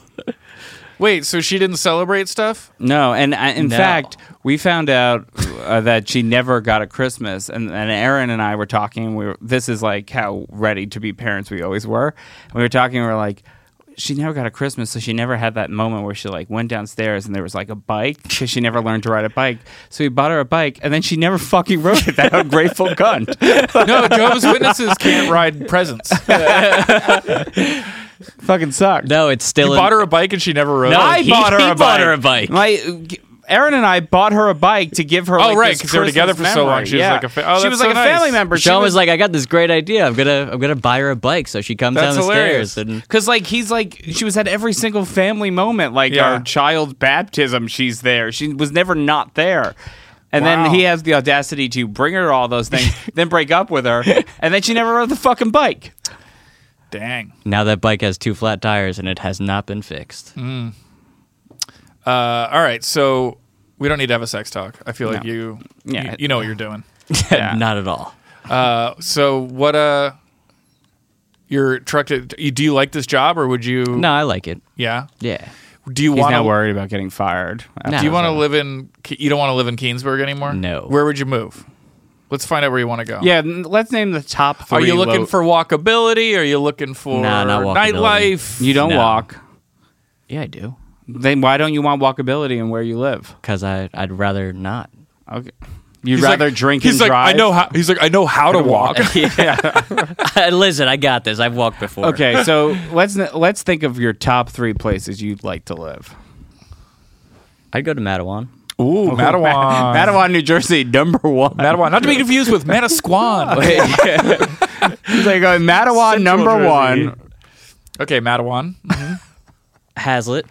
Speaker 3: Wait, so she didn't celebrate stuff?
Speaker 4: No, and I, in
Speaker 5: No.
Speaker 4: fact, we found out uh, that she never got a Christmas. And, and Aaron and I were talking. We were, this is like how ready to be parents we always were. And we were talking. We were like, she never got a Christmas, so she never had that moment where she like went downstairs and there was like a bike because she never learned to ride a bike. So we bought her a bike, and then she never fucking rode it. That ungrateful cunt.
Speaker 3: No, Jehovah's Witnesses can't ride presents. You
Speaker 4: fucking sucked.
Speaker 5: no it's still in-
Speaker 3: bought her a bike and she never rode.
Speaker 5: No,
Speaker 3: it.
Speaker 4: I
Speaker 5: he-
Speaker 4: bought her
Speaker 5: he
Speaker 4: a
Speaker 5: bought
Speaker 4: bike.
Speaker 5: her a bike.
Speaker 4: My Aaron and I bought her a bike to give her.
Speaker 3: Oh,
Speaker 4: like,
Speaker 3: right,
Speaker 4: because
Speaker 3: 'cause they were together for so long. She was like a fa- oh,
Speaker 4: she
Speaker 3: that's
Speaker 4: was
Speaker 3: so
Speaker 4: like a family
Speaker 3: nice.
Speaker 4: member.
Speaker 5: Sean was, like, I got this great idea. I'm gonna I'm gonna buy her a bike. So she comes
Speaker 3: That's
Speaker 5: down the
Speaker 3: hilarious.
Speaker 5: stairs and
Speaker 4: Because like he's like she was at every single family moment, like
Speaker 3: Yeah.
Speaker 4: our child's baptism. She's there. She was never not there. And
Speaker 3: Wow.
Speaker 4: then he has the audacity to bring her to all those things, then break up with her, and then she never rode the fucking bike.
Speaker 3: Dang.
Speaker 5: now that bike has two flat tires and it has not been fixed.
Speaker 3: Uh, all right, so we don't need to have a sex talk. I feel like
Speaker 4: No.
Speaker 3: you,
Speaker 4: Yeah.
Speaker 3: you, you know what you're doing.
Speaker 5: not at all.
Speaker 3: So what? Uh, your truck. you- Do you like this job, or would you?
Speaker 5: No, I like it.
Speaker 3: Yeah.
Speaker 5: Yeah.
Speaker 3: Do you
Speaker 4: He's
Speaker 3: want
Speaker 4: not
Speaker 3: to?
Speaker 4: worried about getting fired.
Speaker 5: No.
Speaker 3: Do you want to live in? Ke- You don't want to live in Keensburg anymore.
Speaker 5: No.
Speaker 3: Where would you move? Let's find out where you want to go.
Speaker 4: Yeah, n- let's name the top three.
Speaker 3: Are you looking
Speaker 4: lo-
Speaker 3: for walkability? Are you looking for
Speaker 5: Nah, not walkability.
Speaker 3: nightlife?
Speaker 4: You don't
Speaker 5: No.
Speaker 4: walk.
Speaker 5: Yeah, I do.
Speaker 4: Then why don't you want walkability and where you live?
Speaker 5: Cause I I'd rather not.
Speaker 4: Okay. You'd
Speaker 3: He's
Speaker 4: rather
Speaker 3: like-
Speaker 4: drink
Speaker 3: He's
Speaker 4: and
Speaker 3: like,
Speaker 4: drive.
Speaker 3: I know how. He's like, I know how to walk.
Speaker 5: Listen, I got this. I've walked before.
Speaker 4: Okay, so let's n- let's think of your top three places you'd like to live.
Speaker 5: I'd go to Mattawan.
Speaker 3: Ooh, Mattawan.
Speaker 4: Mattawan, New Jersey, number one.
Speaker 3: Mattawan. Not to be confused with Manasquan.
Speaker 4: He's like, uh, Mattawan, number
Speaker 3: Jersey.
Speaker 4: one.
Speaker 3: okay, Mattawan.
Speaker 5: Hazlitt.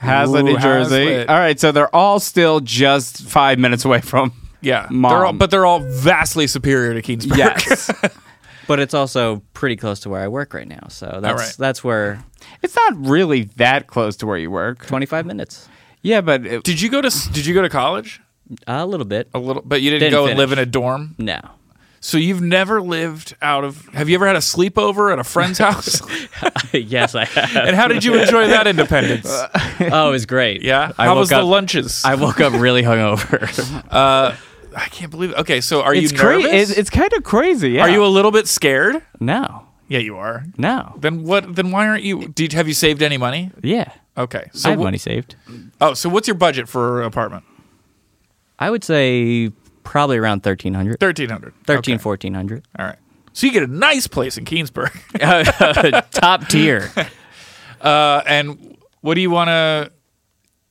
Speaker 4: Hazlitt,
Speaker 3: Ooh,
Speaker 4: New Jersey.
Speaker 3: Hazlitt.
Speaker 4: All right, so they're all still just five minutes away from.
Speaker 3: Yeah.
Speaker 4: Mom.
Speaker 3: They're all, but they're all vastly superior to Keensburg.
Speaker 4: Yes,
Speaker 5: But it's also pretty close to where I work right now. So that's
Speaker 3: right.
Speaker 5: that's where
Speaker 4: it's not really that close to where you work.
Speaker 5: twenty five minutes.
Speaker 4: Yeah, but it-
Speaker 3: Did you go to s- Did you go to college?
Speaker 5: a little bit.
Speaker 3: A little, but you didn't,
Speaker 5: Didn't
Speaker 3: go and
Speaker 5: finish.
Speaker 3: live in a dorm.
Speaker 5: No.
Speaker 3: So you've never lived out of. Have you ever had a sleepover at a friend's house?
Speaker 5: yes, I have.
Speaker 3: and how did you enjoy that independence?
Speaker 5: Oh, it was great.
Speaker 3: Yeah.
Speaker 5: I
Speaker 3: how
Speaker 5: woke
Speaker 3: was
Speaker 5: up,
Speaker 3: the lunches?
Speaker 5: I woke up really hungover.
Speaker 3: I can't believe. It. Okay, so are
Speaker 4: it's
Speaker 3: you
Speaker 4: crazy.
Speaker 3: nervous?
Speaker 4: It's, it's kind of crazy. Yeah.
Speaker 3: Are you a little bit scared?
Speaker 5: no.
Speaker 3: Yeah, you are.
Speaker 5: No.
Speaker 3: Then what? Then why aren't you? Did have you saved any money?
Speaker 5: Yeah.
Speaker 3: Okay, so
Speaker 5: I have
Speaker 3: wh-
Speaker 5: money saved.
Speaker 3: oh, so what's your budget for an apartment?
Speaker 5: I would say probably around 1300.
Speaker 3: Thirteen hundred.
Speaker 5: 13, 1400.
Speaker 3: All right. So you get a nice place in Keensburg,
Speaker 5: Uh, Top tier.
Speaker 3: uh, and what do you want to?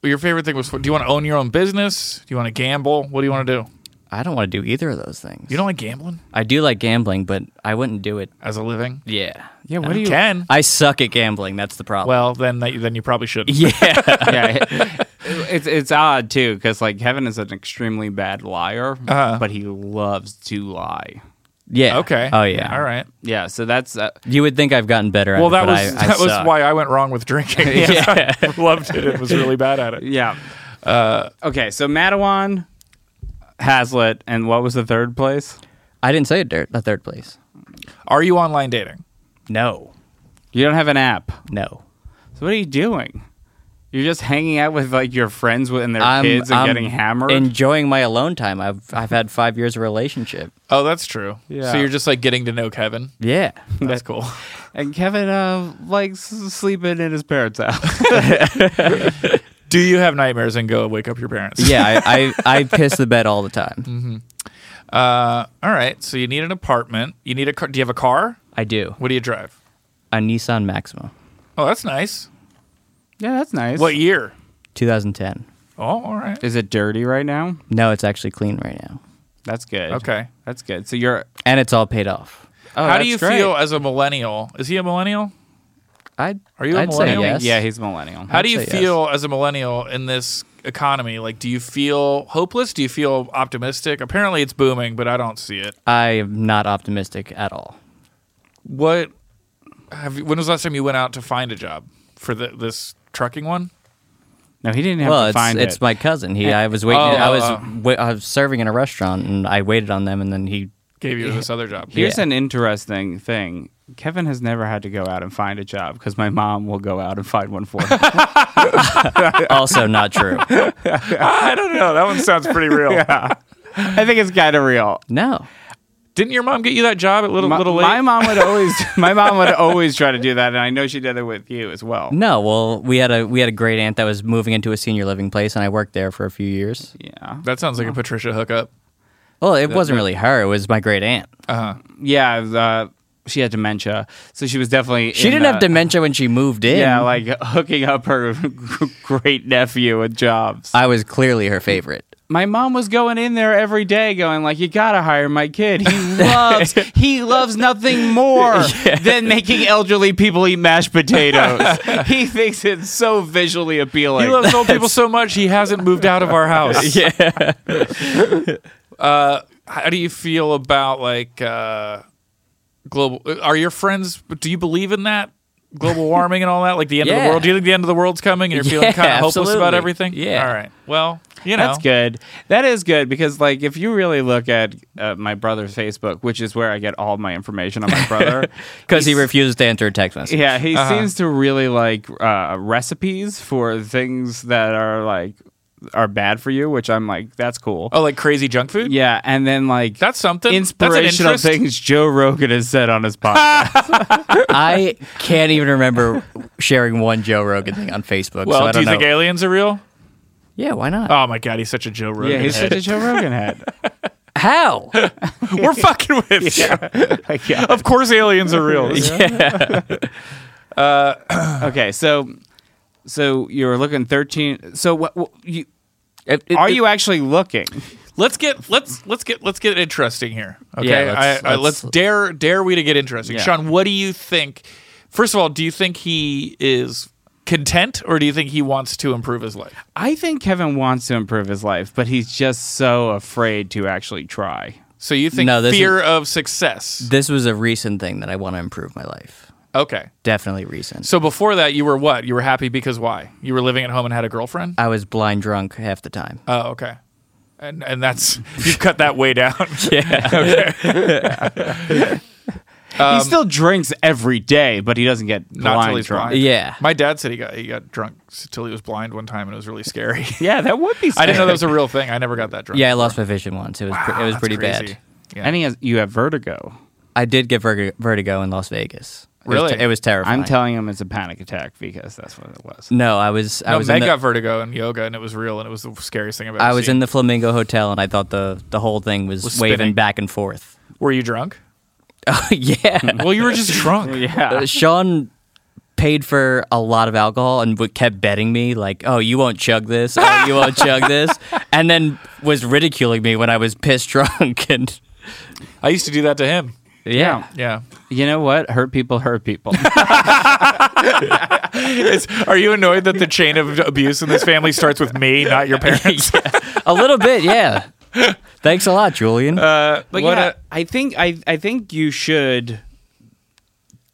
Speaker 3: Your favorite thing was. Do you want to own your own business? Do you want to gamble? What do you want to do?
Speaker 5: I don't want to do either of those things.
Speaker 3: You don't like gambling
Speaker 5: I do like gambling, but I wouldn't do it.
Speaker 3: as a living.
Speaker 5: Yeah.
Speaker 4: Yeah. What do
Speaker 3: you
Speaker 4: you?
Speaker 3: can.
Speaker 5: I suck at gambling. That's the problem.
Speaker 3: well, then that, then you probably shouldn't.
Speaker 5: yeah.
Speaker 4: yeah, it- it's it's odd too
Speaker 3: Uh-huh.
Speaker 4: because like Kevin is an extremely bad liar, but he loves to lie.
Speaker 5: Yeah.
Speaker 3: Okay.
Speaker 5: Oh yeah.
Speaker 3: All right.
Speaker 4: Yeah, so that's uh,
Speaker 5: You would think I've gotten better.
Speaker 3: Well,
Speaker 5: at
Speaker 3: that
Speaker 5: it, but
Speaker 3: was
Speaker 5: I, I
Speaker 3: that was
Speaker 5: suck.
Speaker 3: why I went wrong with drinking. yeah, I loved it. It was really bad at it.
Speaker 4: yeah. uh, okay, so Madawan, Hazlitt, and what was the third place?
Speaker 5: I didn't say dirt. The third place.
Speaker 3: Are you online dating?
Speaker 5: No.
Speaker 4: You don't have an app.
Speaker 5: No.
Speaker 4: So what are you doing? You're just hanging out with like your friends with- and their
Speaker 5: I'm,
Speaker 4: kids and
Speaker 5: I'm
Speaker 4: getting hammered.
Speaker 5: Enjoying my alone time. I've I've had five years of relationship.
Speaker 3: Oh, that's true.
Speaker 4: Yeah.
Speaker 3: So you're just like getting to know Kevin.
Speaker 5: Yeah.
Speaker 3: That's cool.
Speaker 4: and Kevin uh likes sleeping in his parents' house.
Speaker 3: Do you have nightmares and go wake up your parents?
Speaker 5: Yeah. I, I I piss the bed all the time.
Speaker 3: Uh, all right. So you need an apartment. You need a car. Do you have a car?
Speaker 5: I do.
Speaker 3: What do you drive?
Speaker 5: A Nissan Maxima,
Speaker 3: Oh, that's nice.
Speaker 4: yeah, that's nice.
Speaker 3: What year?
Speaker 5: 2010.
Speaker 3: Oh, all right.
Speaker 4: is it dirty right now?
Speaker 5: No, it's actually clean right now,
Speaker 4: That's good.
Speaker 3: Okay.
Speaker 4: That's good. So you're
Speaker 5: and it's all paid off.
Speaker 4: oh,
Speaker 3: How do
Speaker 4: that's
Speaker 3: you
Speaker 4: great.
Speaker 3: feel as a millennial? Is he a millennial?
Speaker 5: I
Speaker 3: Are you a
Speaker 5: I'd say
Speaker 3: millennial?
Speaker 5: yes.
Speaker 4: Yeah, he's a millennial.
Speaker 3: How do
Speaker 5: I'd
Speaker 3: you
Speaker 5: say yes.
Speaker 3: feel as a millennial in this economy? Like, do you feel hopeless? Do you feel optimistic? Apparently, it's booming, but I don't see it.
Speaker 5: I am not optimistic at all.
Speaker 3: What have? You, when was the last time you went out to find a job for the, this trucking one?
Speaker 4: no, he didn't have
Speaker 5: Well,
Speaker 4: to
Speaker 5: it's,
Speaker 4: find
Speaker 5: it's
Speaker 4: it.
Speaker 5: my cousin. He, I was waiting.
Speaker 3: Oh,
Speaker 5: I was,
Speaker 3: oh.
Speaker 5: wa- I was serving in a restaurant, and I waited on them, and then he.
Speaker 3: Gave you this other job.
Speaker 4: Here's
Speaker 5: Yeah.
Speaker 4: an interesting thing. Kevin has never had to go out and find a job because my mom will go out and find one for him.
Speaker 5: Also, not true.
Speaker 3: I don't know. That one sounds pretty real.
Speaker 4: I think it's kind of real.
Speaker 5: No,
Speaker 3: Didn't your mom get you that job at Little
Speaker 4: My,
Speaker 3: Little League?
Speaker 4: my mom would always, my mom would always try to do that, and I know she did it with you as well.
Speaker 5: no. Well, we had a we had a great aunt that was moving into a senior living place, and I worked there for a few years.
Speaker 4: Yeah,
Speaker 3: that sounds like a Patricia hookup.
Speaker 5: Well, it wasn't really her; it was my great aunt.
Speaker 4: yeah. Uh, she had dementia, so she was definitely.
Speaker 5: She
Speaker 4: in
Speaker 5: didn't
Speaker 4: the-
Speaker 5: have dementia when she moved in.
Speaker 4: Yeah, like hooking up her great nephew with jobs.
Speaker 5: I was clearly her favorite.
Speaker 4: my mom was going in there every day going like you gotta hire my kid he loves he loves nothing more than making elderly people eat mashed potatoes he thinks it's so visually appealing
Speaker 3: He loves old people so much he hasn't moved out of our house. yeah. uh, how do you feel about like uh, global? uh, Are your friends? Do you believe in that global warming and all that? Like the end of
Speaker 5: Yeah.
Speaker 3: the world? Do you think the end of the world's coming and you're feeling
Speaker 5: Yeah,
Speaker 3: kind of hopeless about
Speaker 5: absolutely.
Speaker 3: everything?
Speaker 5: Yeah.
Speaker 3: All right. Well, you know,
Speaker 4: That's good. That is good because, like, if you really look at uh, my brother's Facebook, which is where I get all my information on my brother,
Speaker 5: Because he
Speaker 4: he's-
Speaker 5: refuses to answer a text message.
Speaker 4: Yeah, he
Speaker 3: uh-huh.
Speaker 4: seems to really like uh, recipes for things that are like are bad for you, which I'm like, that's cool.
Speaker 3: Oh, like crazy junk food?
Speaker 4: Yeah, and then like
Speaker 3: That's something. That's an
Speaker 4: inspirational
Speaker 3: interest.
Speaker 4: things Joe Rogan has said on his podcast.
Speaker 5: I can't even remember sharing one Joe Rogan thing on Facebook. so
Speaker 3: Well,
Speaker 5: I
Speaker 3: do
Speaker 5: don't
Speaker 3: you
Speaker 5: know.
Speaker 3: think aliens are real?
Speaker 5: yeah, why not?
Speaker 3: Oh my god, he's such a Joe Rogan.
Speaker 4: yeah, he's
Speaker 3: head.
Speaker 4: such a Joe Rogan head.
Speaker 5: How?
Speaker 3: We're fucking with you.
Speaker 4: Like, yeah.
Speaker 3: Of course, aliens are real.
Speaker 4: Okay, so so you were looking thirteen. So what, what you
Speaker 5: It- it-
Speaker 4: are you actually looking?
Speaker 3: Let's get let's let's get let's get interesting here. Okay,
Speaker 5: Yeah, let's-
Speaker 3: I, I, let's,
Speaker 5: let's-
Speaker 3: dare dare we to get interesting,
Speaker 4: Yeah.
Speaker 3: Sean. What do you think? First of all, do you think he is content, or do you think he wants to improve his life?
Speaker 4: I think Kevin wants to improve his life, but he's just so afraid to actually try.
Speaker 3: So you think
Speaker 5: No, this
Speaker 3: fear of success?
Speaker 5: This was a recent thing that I want to improve my life.
Speaker 3: okay,
Speaker 5: Definitely recent.
Speaker 3: so before that, you were what? You were happy because why? You were living at home and had a girlfriend.
Speaker 5: I was blind drunk half the time.
Speaker 3: Oh, okay. And, and that's you've cut that way down.
Speaker 4: he still drinks every day, but he doesn't get
Speaker 3: Not till
Speaker 4: blind
Speaker 3: he's
Speaker 4: drunk.
Speaker 3: blind.
Speaker 5: Yeah.
Speaker 3: My dad said he got he got drunk s- till he was blind one time, and it was really scary.
Speaker 4: Yeah, that would be. Scary.
Speaker 3: I didn't know that was a real thing. I never got that drunk.
Speaker 5: Yeah, I lost my vision once. It was pre- it was
Speaker 3: Ah, That's
Speaker 5: pretty
Speaker 3: crazy.
Speaker 5: bad.
Speaker 3: Yeah.
Speaker 4: And he has. You have vertigo.
Speaker 5: I did get vertigo, vertigo in Las Vegas. It was
Speaker 3: Really?
Speaker 5: te- it was terrifying.
Speaker 4: I'm telling him it's a panic attack because that's what it was.
Speaker 5: No, I was I
Speaker 3: No,
Speaker 5: was
Speaker 3: Meg
Speaker 5: in the,
Speaker 3: got vertigo in yoga, and it was real, and it was the scariest thing I've ever
Speaker 5: I was
Speaker 3: seen.
Speaker 5: in the Flamingo Hotel, and I thought the the whole thing was,
Speaker 3: Was spinning.
Speaker 5: waving back and forth.
Speaker 3: Were you drunk?
Speaker 5: yeah.
Speaker 3: Well, you were just drunk.
Speaker 4: Yeah.
Speaker 5: Uh, Sean paid for a lot of alcohol and w- kept betting me like, "Oh, you won't chug this. Oh, you won't chug this," and then was ridiculing me when I was pissed drunk. And
Speaker 3: I used to do that to him.
Speaker 4: Yeah.
Speaker 3: Yeah.
Speaker 4: You know what? Hurt people hurt people.
Speaker 3: Are you annoyed that the chain of abuse in this family starts with me, not your parents?
Speaker 5: a little bit, yeah. Thanks a lot, Julian.
Speaker 3: Uh,
Speaker 4: But
Speaker 3: What
Speaker 4: yeah,
Speaker 3: a-
Speaker 4: I think I I think you should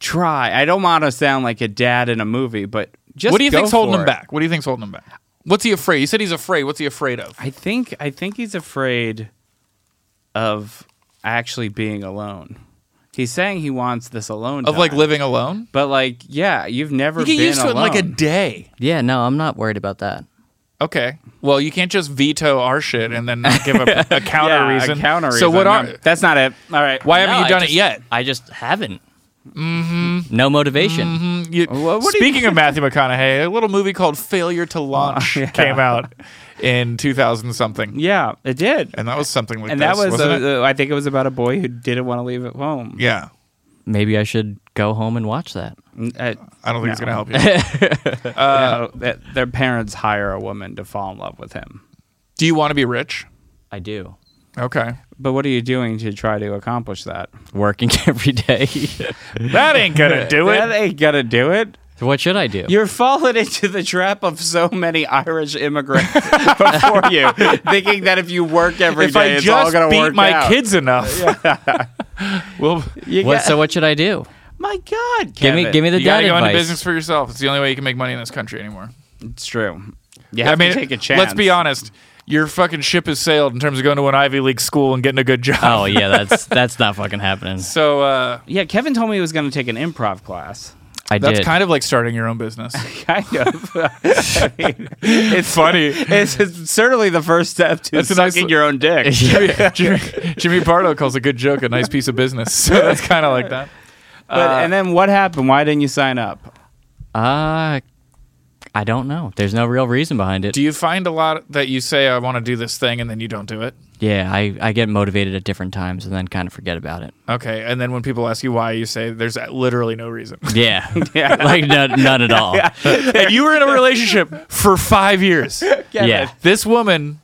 Speaker 4: try. I don't want to sound like a dad in a movie, but just
Speaker 3: what do you
Speaker 4: go
Speaker 3: think's holding
Speaker 4: for
Speaker 3: him
Speaker 4: it.
Speaker 3: back? What do you think's holding him back? What's he afraid? You said he's afraid. What's he afraid of?
Speaker 4: I think I think he's afraid of actually being alone. He's saying he wants this alone
Speaker 3: Of like
Speaker 4: time.
Speaker 3: living alone?
Speaker 4: but like yeah, you've never
Speaker 3: You get
Speaker 4: been
Speaker 3: used to it
Speaker 4: alone.
Speaker 3: in like a day.
Speaker 5: yeah, no, I'm not worried about that.
Speaker 3: Okay. Well, you can't just veto our shit and then not give a, a counter
Speaker 4: yeah, a
Speaker 3: reason.
Speaker 4: counter
Speaker 3: So what
Speaker 4: reason.
Speaker 3: are?
Speaker 4: No, that's not it. All right.
Speaker 3: Why haven't
Speaker 5: No,
Speaker 3: you done
Speaker 5: I
Speaker 3: it
Speaker 5: just-
Speaker 3: yet?
Speaker 5: I just haven't. Mm-hmm. No motivation.
Speaker 3: You-
Speaker 4: Wha- what do you- Oh,
Speaker 3: speaking of Matthew McConaughey, a little movie called Failure to Launch came out in 2000 something,
Speaker 4: Yeah, it did.
Speaker 3: and that was something like
Speaker 4: And
Speaker 3: this,
Speaker 4: that was
Speaker 3: wasn't it?
Speaker 4: uh, uh, I think it was about a boy who didn't want to leave at home.
Speaker 3: yeah.
Speaker 5: Maybe I should go home and watch that.
Speaker 4: Uh,
Speaker 3: I don't think it's
Speaker 4: No.
Speaker 3: gonna help you.
Speaker 4: uh, that their parents hire a woman to fall in love with him.
Speaker 3: do you want to be rich?
Speaker 5: I do.
Speaker 3: Okay,
Speaker 4: But what are you doing to try to accomplish that?
Speaker 5: Working every day.
Speaker 3: that ain't gonna do
Speaker 4: That
Speaker 3: it.
Speaker 4: ain't gonna do it.
Speaker 5: what should I do?
Speaker 4: You're falling into the trap of so many Irish immigrants before you, thinking that if you work every day,
Speaker 3: If I
Speaker 4: it's all
Speaker 3: just
Speaker 4: gonna
Speaker 3: beat
Speaker 4: work
Speaker 3: my
Speaker 4: out.
Speaker 3: kids enough, well,
Speaker 4: You
Speaker 5: what,
Speaker 4: got-
Speaker 5: so what should I do?
Speaker 4: my God,
Speaker 5: Give me,
Speaker 4: Kevin.
Speaker 5: give me the
Speaker 3: you gotta
Speaker 5: dad
Speaker 3: go
Speaker 5: advice.
Speaker 3: into business for yourself. It's the only way you can make money in this country anymore.
Speaker 4: It's true. You have
Speaker 3: I mean,
Speaker 4: to take a chance.
Speaker 3: let's be honest. Your fucking ship has sailed in terms of going to an Ivy League school and getting a good job.
Speaker 5: Oh yeah, that's that's not fucking happening.
Speaker 3: So uh,
Speaker 4: Yeah, Kevin told me he was gonna take an improv class.
Speaker 5: I
Speaker 3: that's
Speaker 5: did.
Speaker 3: kind of like starting your own business.
Speaker 4: Kind of. I mean, it's
Speaker 3: Funny.
Speaker 4: It's, it's certainly the first step to
Speaker 3: That's a nice-
Speaker 4: sucking your own dick.
Speaker 3: Jimmy, Jimmy, Jimmy Pardo calls a good joke a nice piece of business. So that's kind of like that.
Speaker 4: But and then what happened? Why didn't you sign up?
Speaker 5: uh, I don't know. There's no real reason behind it.
Speaker 3: Do you find a lot that you say, I want to do this thing, and then you don't do it?
Speaker 5: yeah, I, I get motivated at different times and then kind of forget about it.
Speaker 3: Okay. And then when people ask you why, you say, there's uh, literally no reason.
Speaker 5: Yeah, yeah, like no, none at all. Yeah,
Speaker 3: and you were in a relationship for five years. This woman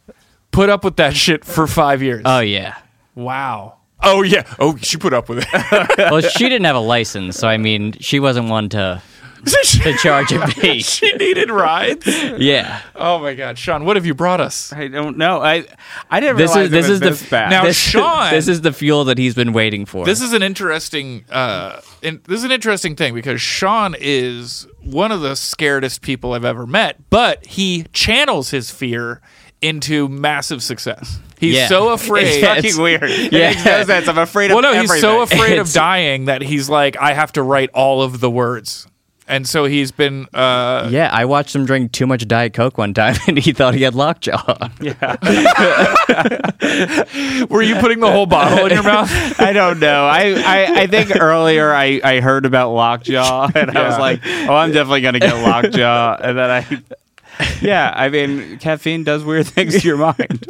Speaker 3: put up with that shit for five years.
Speaker 5: Oh yeah.
Speaker 3: wow. Uh, Oh, yeah. Oh, she put up with it.
Speaker 5: Well, she didn't have a license, so I mean, she wasn't one to to charge a fee.
Speaker 3: she needed rides.
Speaker 5: Yeah.
Speaker 3: Oh, my God. Sean, what have you brought us?
Speaker 4: I don't know. I I didn't
Speaker 5: This
Speaker 4: realize
Speaker 5: is this
Speaker 4: it was
Speaker 5: is the
Speaker 4: this bad.
Speaker 3: Now,
Speaker 5: this,
Speaker 3: Sean-
Speaker 5: This is the fuel that he's been waiting for.
Speaker 3: This is an interesting. Uh, in, this is an interesting thing because Sean is one of the scaredest people I've ever met, but he channels his fear into massive success. He's
Speaker 5: Yeah.
Speaker 3: so
Speaker 4: it's
Speaker 3: afraid.
Speaker 4: fucking weird. Yeah, it makes no sense. I'm afraid
Speaker 3: well,
Speaker 4: of
Speaker 3: no,
Speaker 4: everything.
Speaker 3: he's so afraid of
Speaker 5: It's-
Speaker 3: dying that he's like, I have to write all of the words, and so he's been. Uh,
Speaker 5: yeah, I watched him drink too much Diet Coke one time, and he thought he had lockjaw.
Speaker 3: were you putting the whole bottle in your mouth?
Speaker 4: I don't know. I, I, I think earlier I, I heard about lockjaw and I was
Speaker 3: Yeah.
Speaker 4: like, oh, I'm definitely gonna get lockjaw, and then I. Yeah, I mean, caffeine does weird things to your mind.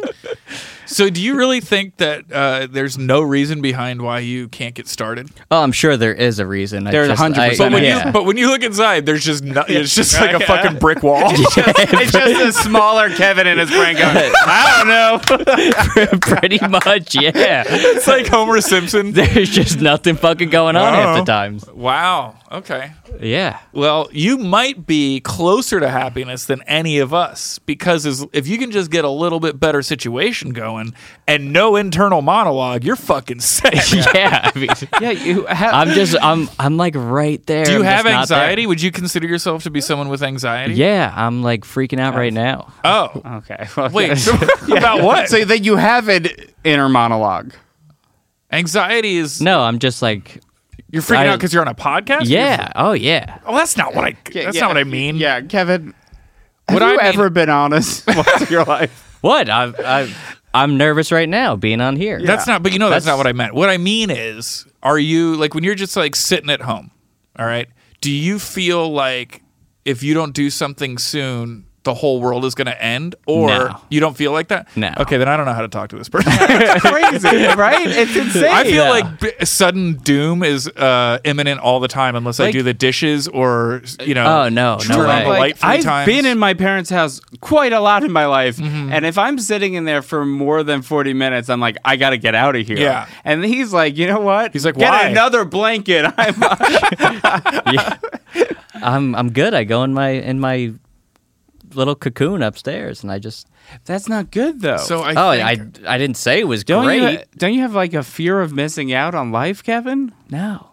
Speaker 3: So, do you really think that uh, there's no reason behind why you can't get started?
Speaker 5: Oh, I'm sure there is a reason. I
Speaker 4: There's
Speaker 5: just-
Speaker 4: 100%
Speaker 5: I-
Speaker 3: But when
Speaker 5: yeah.
Speaker 3: you but when you look inside, there's just no, it's just like a fucking brick wall.
Speaker 4: it's just a smaller Kevin in his brain going, I don't know.
Speaker 5: pretty much, yeah.
Speaker 3: it's like Homer Simpson.
Speaker 5: There's just nothing fucking going on half
Speaker 3: Oh.
Speaker 5: the times.
Speaker 3: Wow. Okay.
Speaker 5: Yeah.
Speaker 3: Well, you might be closer to happiness than any of us because as, if you can just get a little bit better situation going and no internal monologue, you're fucking set.
Speaker 5: Yeah. I mean,
Speaker 4: Yeah, you have.
Speaker 5: I'm just I'm I'm like right there.
Speaker 3: Do you
Speaker 5: I'm just
Speaker 3: have
Speaker 5: not there.
Speaker 3: anxiety? Would you consider yourself to be someone with anxiety?
Speaker 5: Yeah, Uh, I'm like freaking out right now.
Speaker 3: Oh.
Speaker 4: okay. well,
Speaker 3: Wait.
Speaker 4: yeah.
Speaker 3: About what?
Speaker 4: So that you have an inner monologue.
Speaker 3: anxiety is
Speaker 5: No, I'm just like
Speaker 3: you're freaking
Speaker 5: I-
Speaker 3: out because you're on a podcast. You're-
Speaker 5: yeah. Oh yeah.
Speaker 3: oh, that's not what I. That's
Speaker 4: Yeah,
Speaker 3: not what I mean.
Speaker 4: Yeah, Kevin.
Speaker 3: What
Speaker 4: have
Speaker 3: I
Speaker 4: you
Speaker 3: mean-
Speaker 4: ever been honest once in your life?
Speaker 5: What? I've I've I'm nervous right now being on here.
Speaker 3: That's not, but you know, that's,
Speaker 5: That's-
Speaker 3: not what I meant. What I mean is, are you like when you're just like sitting at home, all right? Do you feel like if you don't do something soon, the whole world is going to end, or
Speaker 5: No.
Speaker 3: you don't feel like that?
Speaker 5: No.
Speaker 3: Okay, then I don't know how to talk to this person.
Speaker 4: Crazy, right? It's insane.
Speaker 3: I feel
Speaker 5: Yeah.
Speaker 3: like b- sudden doom is uh, imminent all the time, unless I
Speaker 4: Like-
Speaker 3: do the dishes or you know.
Speaker 5: Oh no, no
Speaker 3: Turn on
Speaker 5: way.
Speaker 3: the light three
Speaker 4: I've
Speaker 3: times.
Speaker 4: been in my parents' house quite a lot in my life,
Speaker 3: Mm-hmm.
Speaker 4: and if I'm sitting in there for more than forty minutes, I'm like, I gotta get out of here.
Speaker 3: Yeah.
Speaker 4: And he's like, you know what?
Speaker 3: He's like,
Speaker 4: get
Speaker 3: "Why?"
Speaker 4: another blanket. I'm
Speaker 5: I'm I'm good. I go in my in my little cocoon upstairs, and I just
Speaker 4: That's not good though.
Speaker 3: So I
Speaker 5: oh,
Speaker 3: think-
Speaker 5: I I didn't say it was
Speaker 4: don't
Speaker 5: great.
Speaker 4: you don't you have like a fear of missing out on life, Kevin?
Speaker 5: no,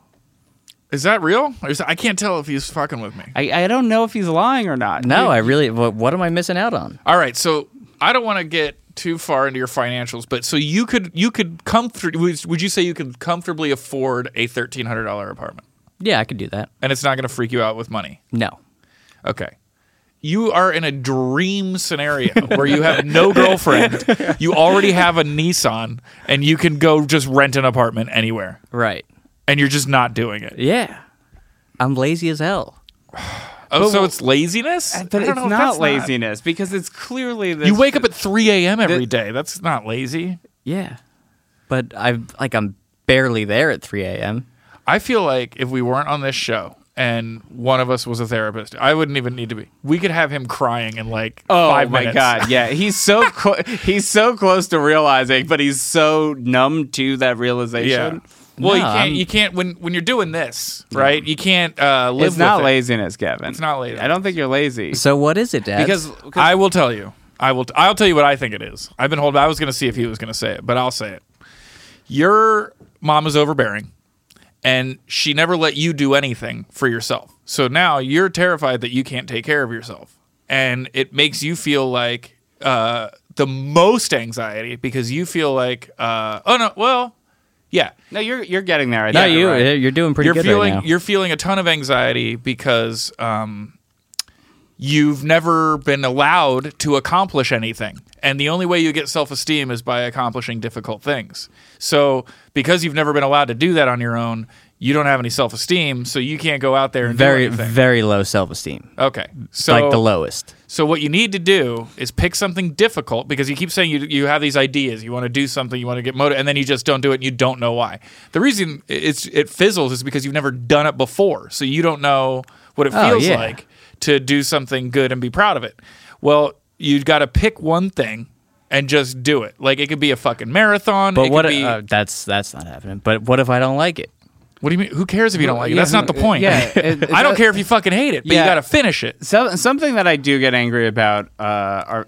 Speaker 3: Is that real? Or is that, I can't tell if he's fucking with me.
Speaker 4: I, I don't know if he's lying or not.
Speaker 5: no, I really. What, what am I missing out on?
Speaker 3: All right, so I don't want to get too far into your financials, but so you could you could comfort would, would you say you could comfortably afford a thirteen hundred dollar apartment,
Speaker 5: Yeah, I could do that.
Speaker 3: and it's not going to freak you out with money?
Speaker 5: No.
Speaker 3: Okay. You are in a dream scenario where you have no girlfriend, you already have a Nissan, and you can go just rent an apartment anywhere,
Speaker 5: Right.
Speaker 3: and you're just not doing it.
Speaker 5: Yeah. I'm lazy as hell.
Speaker 3: Oh, so it's laziness? I
Speaker 4: Uh, but
Speaker 3: don't
Speaker 4: it's
Speaker 3: know if
Speaker 4: not
Speaker 3: that's
Speaker 4: laziness because it's clearly this
Speaker 3: You wake up at 3 a.m. every day. That's not lazy.
Speaker 5: Yeah. But I'm like I'm barely there at 3 a.m.
Speaker 3: I feel like if we weren't on this show and one of us was a therapist, I wouldn't even need to be. We could have him crying in like
Speaker 4: Oh
Speaker 3: five
Speaker 4: my
Speaker 3: minutes.
Speaker 4: god! Yeah, he's so clo- he's so close to realizing, but he's so numb to that
Speaker 3: Yeah.
Speaker 4: realization.
Speaker 3: Well, you
Speaker 5: No,
Speaker 3: can't.
Speaker 5: I'm-
Speaker 3: You can't when when you're doing this, right? You can't uh, live.
Speaker 4: It's not
Speaker 3: with it.
Speaker 4: laziness, Kevin. It's
Speaker 3: not laziness.
Speaker 4: I don't think you're lazy
Speaker 5: So what is it, Dad?
Speaker 4: because
Speaker 3: I will tell you. I will. T- I'll tell you what I think it is. I've been holding. I was going to see if he was going to say it, but I'll say it. Your mom is overbearing, and she never let you do anything for yourself. So now you're terrified that you can't take care of yourself, and it makes you feel like uh, the most anxiety because you feel like, uh, oh no, well, yeah,
Speaker 4: no, you're you're getting there. I
Speaker 5: no,
Speaker 4: think
Speaker 5: you
Speaker 4: you're right.
Speaker 5: you're doing pretty
Speaker 3: you're
Speaker 5: good
Speaker 3: feeling
Speaker 5: right now.
Speaker 3: you're feeling a ton of anxiety because um, you've never been allowed to accomplish anything and the only way you get self-esteem is by accomplishing difficult things so because you've never been allowed to do that on your own you don't have any self-esteem so you can't go out there and
Speaker 5: very
Speaker 3: do anything
Speaker 5: very low self-esteem.
Speaker 3: okay so
Speaker 5: like the lowest.
Speaker 3: so what you need to do is pick something difficult because you keep saying you you have these ideas, you want to do something, you want to get motivated, and then you just don't do it, and you don't know why. The reason it's it fizzles is because you've never done it before, so you don't know what it
Speaker 5: Oh,
Speaker 3: feels
Speaker 5: yeah.
Speaker 3: like to do something good and be proud of it. Well, you've got to pick one thing and just do it. Like it could be a fucking marathon. it
Speaker 5: But
Speaker 3: could
Speaker 5: what
Speaker 3: be-
Speaker 5: uh, that's that's not happening. But what if I don't like it?
Speaker 3: what do you mean? Who cares if you don't like it?
Speaker 4: yeah,
Speaker 3: That's not the
Speaker 4: who-
Speaker 3: point.
Speaker 4: yeah, it-
Speaker 3: I don't
Speaker 4: it-
Speaker 3: care if you fucking hate it, but
Speaker 4: Yeah.
Speaker 3: you got to finish it.
Speaker 4: So, something that I do get angry about uh, our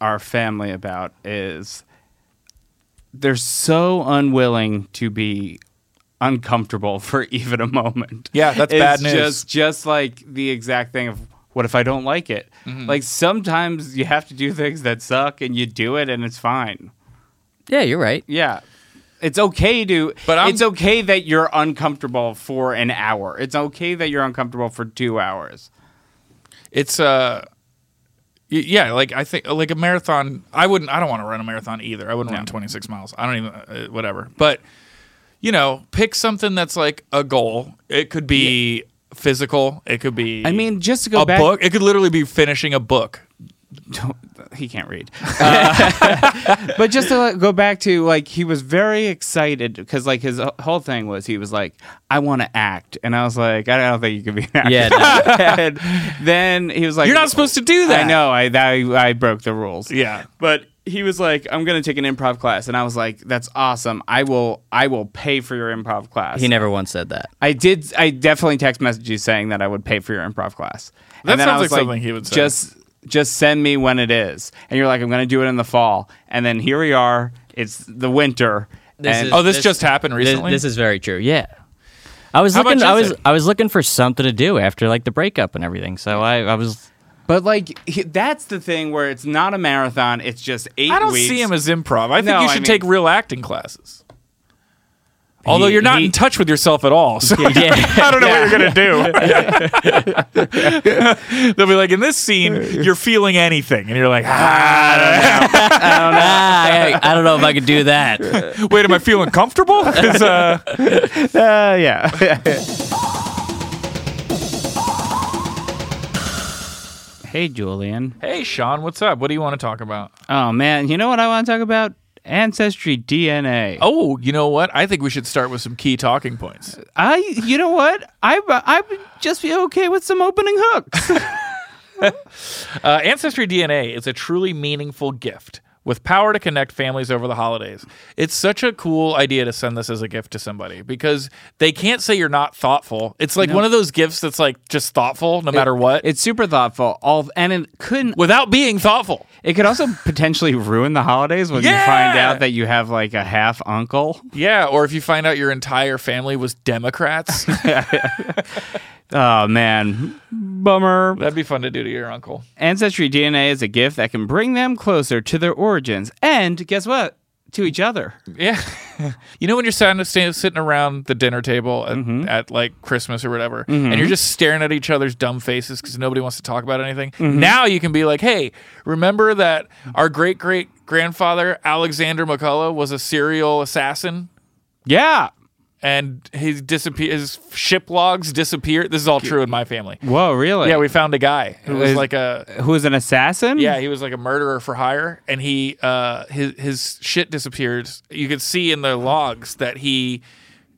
Speaker 4: our family about is they're so unwilling to be uncomfortable for even a moment.
Speaker 3: Yeah, that's
Speaker 4: It's
Speaker 3: bad news.
Speaker 4: Just just like the exact thing of what if I don't like it?
Speaker 3: Mm-hmm.
Speaker 4: Like sometimes you have to do things that suck and you do it and it's fine.
Speaker 5: Yeah, you're right.
Speaker 4: Yeah. It's okay to
Speaker 3: But I'm-
Speaker 4: it's okay that you're uncomfortable for an hour. It's okay that you're uncomfortable for 2 hours.
Speaker 3: it's uh y- yeah like i think like a marathon i wouldn't i don't want to run a marathon either i wouldn't run 26 miles i don't even uh, whatever but you know pick something that's like a goal it could be physical it could be
Speaker 4: I mean, just to go
Speaker 3: a
Speaker 4: back
Speaker 3: book it could literally be finishing a book
Speaker 4: he can't read. Uh, but just to like, go back to like he was very excited because like his whole thing was he was like I want to act and I was like I don't think you can be an actor.
Speaker 5: Yeah,
Speaker 4: And then he was like
Speaker 3: you're not supposed to do that
Speaker 4: I know I that, I broke the rules.
Speaker 3: yeah
Speaker 4: But he was like I'm going to take an improv class and I was like that's awesome. I will I will pay for your improv class.
Speaker 5: He never once said that.
Speaker 4: I did. I definitely text messaged you saying that I would pay for your improv class.
Speaker 3: That
Speaker 4: And then I
Speaker 3: sounds
Speaker 4: was
Speaker 3: like something he would say.
Speaker 4: Just, just send me when it is. And you're like, I'm going to do it in the fall. And then here we are. It's the winter. and
Speaker 5: is-
Speaker 3: oh this,
Speaker 5: This-
Speaker 3: just happened
Speaker 5: This-
Speaker 3: recently
Speaker 5: This, is very true. Yeah. I was
Speaker 3: How
Speaker 5: looking.
Speaker 3: much
Speaker 5: I
Speaker 3: is
Speaker 5: was
Speaker 3: it?
Speaker 5: I was looking for something to do after like the breakup and everything. So I, I was.
Speaker 4: but like, he, that's the thing where it's not a marathon. It's just eight.
Speaker 3: i don't
Speaker 4: weeks.
Speaker 3: see him as improv i think
Speaker 4: No,
Speaker 3: you
Speaker 4: I
Speaker 3: should
Speaker 4: mean-
Speaker 3: take real acting classes although
Speaker 5: He-
Speaker 3: you're not
Speaker 5: he-
Speaker 3: in touch with yourself at all so
Speaker 5: Yeah.
Speaker 3: I don't know what you're gonna do. They'll be like, in this scene, you're feeling anything, and you're like, ah,
Speaker 5: Ah, I, I don't know if I could do that.
Speaker 3: wait, am I feeling comfortable? 'Cause, uh,
Speaker 4: Uh, yeah. hey, Julian.
Speaker 3: hey, Sean, what's up? What do you want to talk about?
Speaker 4: Oh man, you know what I want to talk about? Ancestry DNA.
Speaker 3: Oh, you know what? I think we should start with some key talking points.
Speaker 4: I, you know what? I, I would just be okay with some opening hooks.
Speaker 3: Uh, Ancestry DNA is a truly meaningful gift. with power to connect families over the holidays. It's such a cool idea to send this as a gift to somebody because they can't say you're not thoughtful. It's like one of those gifts that's like just thoughtful no matter what.
Speaker 4: It's super thoughtful. All and it couldn't.
Speaker 3: without being thoughtful.
Speaker 4: It could also potentially ruin the holidays when you find
Speaker 3: Yeah!
Speaker 4: out that you have like a half uncle.
Speaker 3: Yeah, or if you find out your entire family was Democrats,
Speaker 4: Oh man, bummer.
Speaker 3: that'd be fun to do to your uncle.
Speaker 4: Ancestry DNA is a gift that can bring them closer to their origins and guess what? To each other.
Speaker 3: Yeah. you know when you're sitting, sta- sitting around the dinner table at, at like Christmas or whatever, and you're just staring at each other's dumb faces because nobody wants to talk about anything. Now you can be like, hey, remember that our great great grandfather Alexander McCullough was a serial assassin,
Speaker 4: Yeah.
Speaker 3: and his disappear his ship logs disappeared. This is all true in my family.
Speaker 4: Whoa, really?
Speaker 3: Yeah, we found a guy who was
Speaker 4: Is-
Speaker 3: like a
Speaker 4: Who is an assassin?
Speaker 3: Yeah, he was like a murderer for hire, and he uh, his his shit disappeared. You could see in the logs that he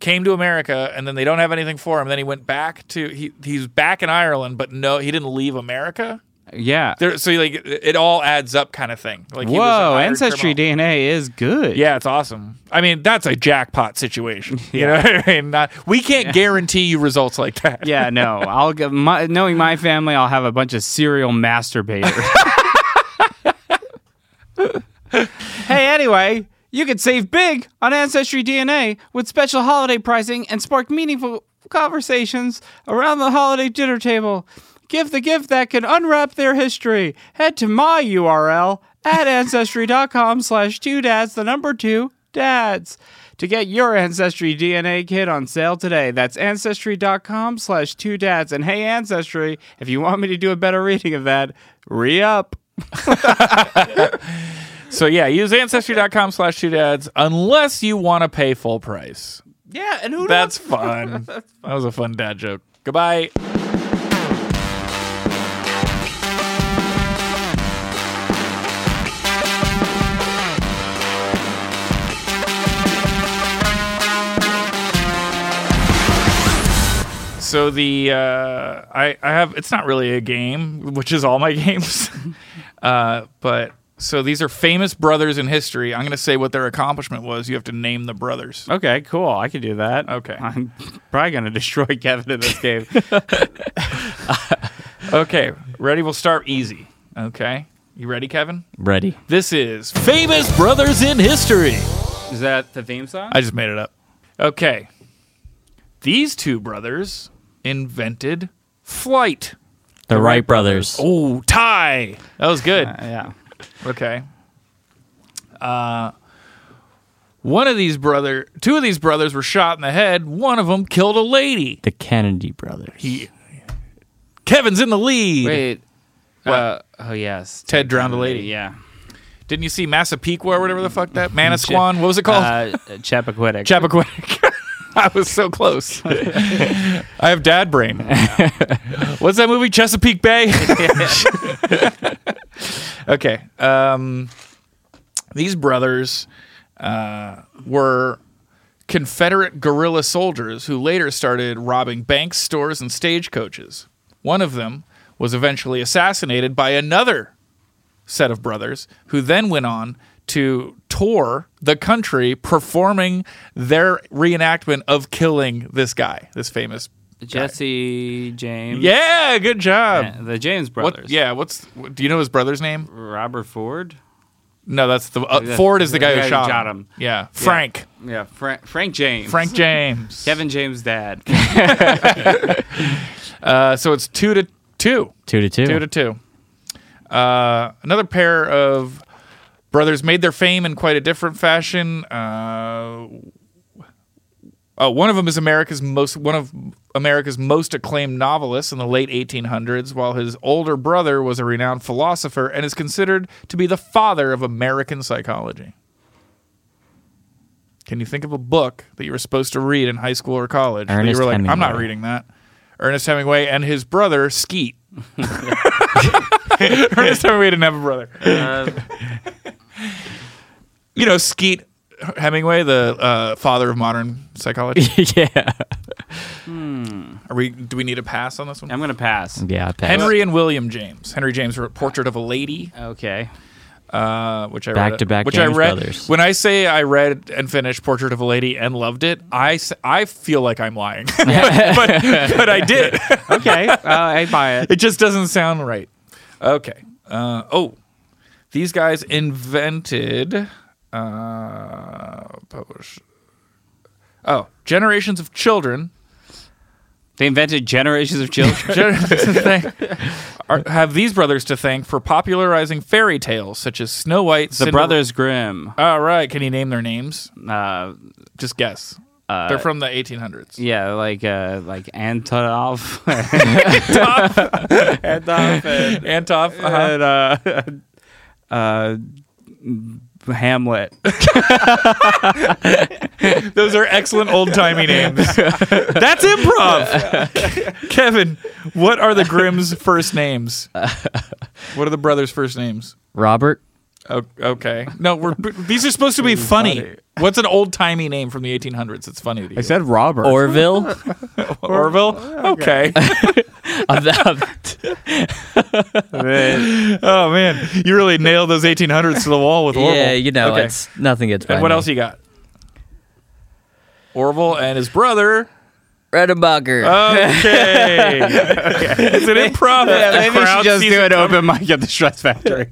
Speaker 3: came to America, and then they don't have anything for him. Then he went back to he he's back in Ireland, but no, he didn't leave America.
Speaker 4: Yeah.
Speaker 3: There, so like it all adds up, kind of thing. Like he was a
Speaker 4: Whoa,
Speaker 3: hired
Speaker 4: ancestry
Speaker 3: criminal.
Speaker 4: DNA is good.
Speaker 3: Yeah, it's awesome. I mean, that's a jackpot situation. You know what I mean? Not, we can't guarantee you results like that.
Speaker 4: Yeah, no. I'll get my, knowing my family, I'll have a bunch of serial masturbators. hey, anyway, you can save big on Ancestry DNA with special holiday pricing and spark meaningful conversations around the holiday dinner table. Give the gift that can unwrap their history. Head to my URL at ancestry.com slash two dads, the number two dads. To get your Ancestry DNA kit on sale today, that's ancestry.com slash two dads. And hey, Ancestry, if you want me to do a better reading of that, re up.
Speaker 3: So yeah, use ancestry.com slash two dads unless you want to pay full price.
Speaker 4: Yeah, and who
Speaker 3: That's fun. That was a fun dad joke. Goodbye. So the uh, I I have it's not really a game, which is all my games, uh, but so these are famous brothers in history. I'm going to say what their accomplishment was. You have to name the brothers.
Speaker 4: Okay, cool. I can do that.
Speaker 3: Okay.
Speaker 4: I'm probably going to destroy Kevin in this game.
Speaker 3: Okay, ready? We'll start easy. Okay. You ready, Kevin?
Speaker 5: Ready.
Speaker 3: This is Famous Brothers in History.
Speaker 4: Is that the theme song?
Speaker 3: I just made it up. Okay. These two brothers invented flight.
Speaker 5: The Wright brothers.
Speaker 3: Oh, tie. That was good.
Speaker 4: Uh, yeah.
Speaker 3: Okay. Uh, one of these brother, two of these brothers were shot in the head. One of them killed a lady.
Speaker 5: The Kennedy brothers.
Speaker 3: Kevin's in the lead.
Speaker 4: Wait. Uh, oh, yes.
Speaker 3: Ted drowned a lady.
Speaker 4: Yeah.
Speaker 3: Didn't you see Massapequa or whatever the fuck that Manasquan? What was it called?
Speaker 4: Uh, Chappaquiddick.
Speaker 3: Chappaquiddick. I was so close. I have dad brain. What's that movie? Chesapeake Bay. okay. Um, these brothers uh, were Confederate guerrilla soldiers who later started robbing banks, stores, and stagecoaches. One of them was eventually assassinated by another set of brothers who then went on to tour the country performing their reenactment of killing this guy, this famous.
Speaker 4: Jesse James. Uh,
Speaker 3: Yeah, good job.
Speaker 4: The James brothers.
Speaker 3: What? Yeah. What's? What, do you know his brother's name?
Speaker 4: Robert Ford.
Speaker 3: No, that's the uh,
Speaker 4: That's-
Speaker 3: Ford is the
Speaker 4: the
Speaker 3: guy,
Speaker 4: guy
Speaker 3: who
Speaker 4: who
Speaker 3: shot,
Speaker 4: shot
Speaker 3: him.
Speaker 4: him.
Speaker 3: Yeah, Frank.
Speaker 4: Yeah. Frank, Frank James.
Speaker 3: Frank James.
Speaker 4: Kevin James' dad.
Speaker 3: Uh, so it's two to two.
Speaker 5: Two to two.
Speaker 3: Two to two. Uh, another pair of brothers made their fame in quite a different fashion. Uh, oh, one of them is America's most one of America's most acclaimed novelists in the late 1800s, while his older brother was a renowned philosopher and is considered to be the father of American psychology. Can you think of a book that you were supposed to read in high school or college? that you
Speaker 5: Ernest
Speaker 3: were like, I'm not
Speaker 5: Hemingway.
Speaker 3: reading that. Ernest Hemingway and his brother Skeet. Ernest Hemingway didn't have a brother. you know, Skeet Hemingway, the uh, father of modern psychology.
Speaker 5: yeah.
Speaker 3: Are we? Do we need a pass on this one?
Speaker 4: I'm going to pass.
Speaker 5: Yeah. I passed.
Speaker 3: Henry and William James. Henry James wrote Portrait of a Lady.
Speaker 4: Okay.
Speaker 3: uh, which I
Speaker 5: Back
Speaker 3: read,
Speaker 5: to back
Speaker 3: Which
Speaker 5: James
Speaker 3: I read.
Speaker 5: Brothers.
Speaker 3: When I say I read and finished Portrait of a Lady and loved it, I, s- I feel like I'm lying, but, but but I did.
Speaker 4: Okay, uh, I buy it.
Speaker 3: It just doesn't sound right. Okay. Uh, oh, these guys invented. Uh, publish. Oh, generations of children
Speaker 4: They invented generations of children.
Speaker 3: Generations to thank- are, have these brothers to thank for popularizing fairy tales such as Snow White.
Speaker 4: the Brothers Grimm.
Speaker 3: All right, can you name their names?
Speaker 4: Uh,
Speaker 3: Just guess.
Speaker 5: Uh,
Speaker 3: They're from the 1800s.
Speaker 4: yeah, like uh, like Antonov
Speaker 3: Antoff. Uh-huh.
Speaker 4: and uh, uh, Hamlet.
Speaker 3: Those are excellent old timey names. That's improv. Kevin, what are the Grimm's first names? What are the brothers' first names?
Speaker 5: Robert.
Speaker 3: O- okay. No, we're these are supposed to be funny. What's an old timey name from the 1800s? It's funny to you.
Speaker 6: I said Robert.
Speaker 5: Orville.
Speaker 3: Orville. Okay.
Speaker 5: Of the-
Speaker 3: Oh man, you really nailed those 1800s to the wall with Orville.
Speaker 5: yeah, you know,
Speaker 3: Okay.
Speaker 5: it's nothing gets by
Speaker 3: and what
Speaker 5: me.
Speaker 3: else you got? Orville and his brother.
Speaker 5: Redenbacher.
Speaker 3: Um, Okay, it's an improv.
Speaker 4: I think we should just
Speaker 3: sees
Speaker 4: do an open mic at the Stress Factory.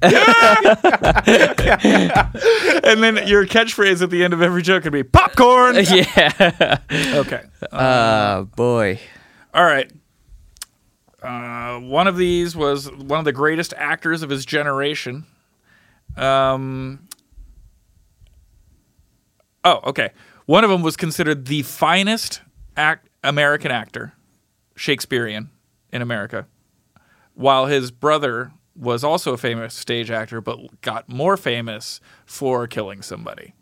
Speaker 3: And then your catchphrase at the end of every joke could be popcorn.
Speaker 5: yeah.
Speaker 3: okay.
Speaker 5: Uh, boy.
Speaker 3: All right. Uh, one of these was one of the greatest actors of his generation. Um, oh, okay. One of them was considered the finest act- American actor, Shakespearean, in America, while his brother was also a famous stage actor, but got more famous for killing somebody.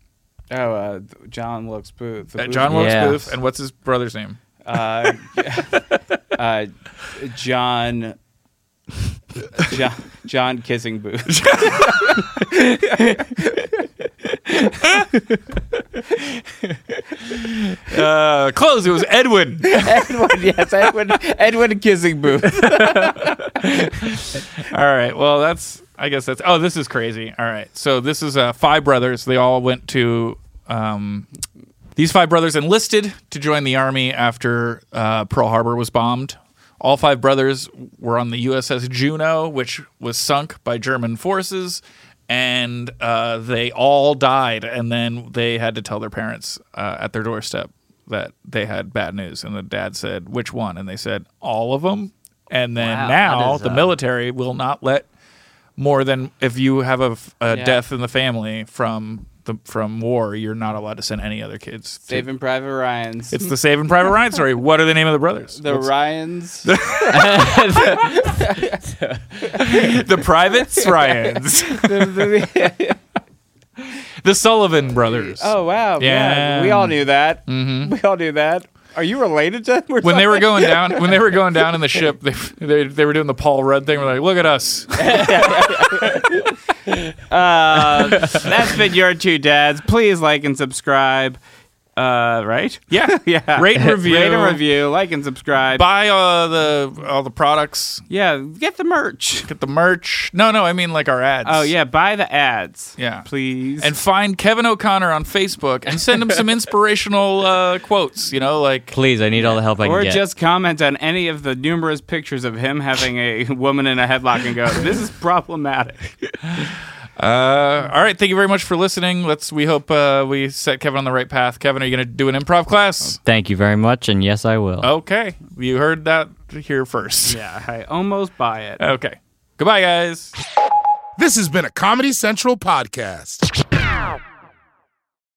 Speaker 4: oh, uh, John Wilkes Booth. The
Speaker 3: Uh,
Speaker 4: Booth
Speaker 3: John Wilkes
Speaker 5: Yeah.
Speaker 3: Booth, and what's his brother's name?
Speaker 4: uh, uh, John, John, John kissing booth.
Speaker 3: Uh, close. It was Edwin.
Speaker 4: Edwin, yes, Edwin, Edwin kissing booth.
Speaker 3: All right. Well, that's. I guess that's. Oh, this is crazy. All right. So this is uh, five brothers. They all went to. Um, these five brothers enlisted to join the army after uh, Pearl Harbor was bombed. All five brothers were on the USS Juno, which was sunk by German forces, and uh, they all died. And then they had to tell their parents uh, at their doorstep that they had bad news. And the dad said, "Which one?" And they said, "All of them." And then
Speaker 5: Wow,
Speaker 3: now
Speaker 5: that is,
Speaker 3: the
Speaker 5: uh,
Speaker 3: military will not let more than if you have a, f- a
Speaker 4: Yeah.
Speaker 3: death in the family from the from war, you're not allowed to send any other kids. to-
Speaker 4: Saving Private Ryan's.
Speaker 3: It's the Saving Private Ryan story. What are the name of the brothers?
Speaker 4: the
Speaker 3: What's-
Speaker 4: Ryan's.
Speaker 3: the Privates Ryans, the Sullivan brothers.
Speaker 4: oh wow!
Speaker 3: Yeah.
Speaker 4: Yeah, Mm-hmm. we all knew that. We all knew that. Are you related to them? or
Speaker 3: When they were
Speaker 4: something?
Speaker 3: going down, when they were going down in the ship, they, they, they were doing the Paul Rudd thing. We're like, look at us.
Speaker 4: uh, that's been your two dads. Please like and subscribe. Uh, right?
Speaker 3: Yeah,
Speaker 4: Yeah.
Speaker 3: Rate and review.
Speaker 4: Rate and review. Like and subscribe.
Speaker 3: Buy all the all the products.
Speaker 4: Yeah, get the merch.
Speaker 3: Get the merch. No, no, I mean like our ads.
Speaker 4: Oh yeah, buy the ads.
Speaker 3: Yeah.
Speaker 4: please.
Speaker 3: and find Kevin O'Connor on Facebook and send him some inspirational uh, quotes. You know, like
Speaker 5: Please, I need all the help I can
Speaker 4: or
Speaker 5: get.
Speaker 4: just comment on any of the numerous pictures of him having a woman in a headlock and go, "This is problematic."
Speaker 3: Uh, all right, thank you very much for listening. Let's. We hope uh, we set Kevin on the right path. Kevin, are you going to do an improv class?
Speaker 5: Thank you very much, and yes, I will.
Speaker 3: Okay, you heard that here first.
Speaker 4: Yeah, I almost buy it.
Speaker 3: Okay. Goodbye, guys.
Speaker 2: This has been a Comedy Central podcast.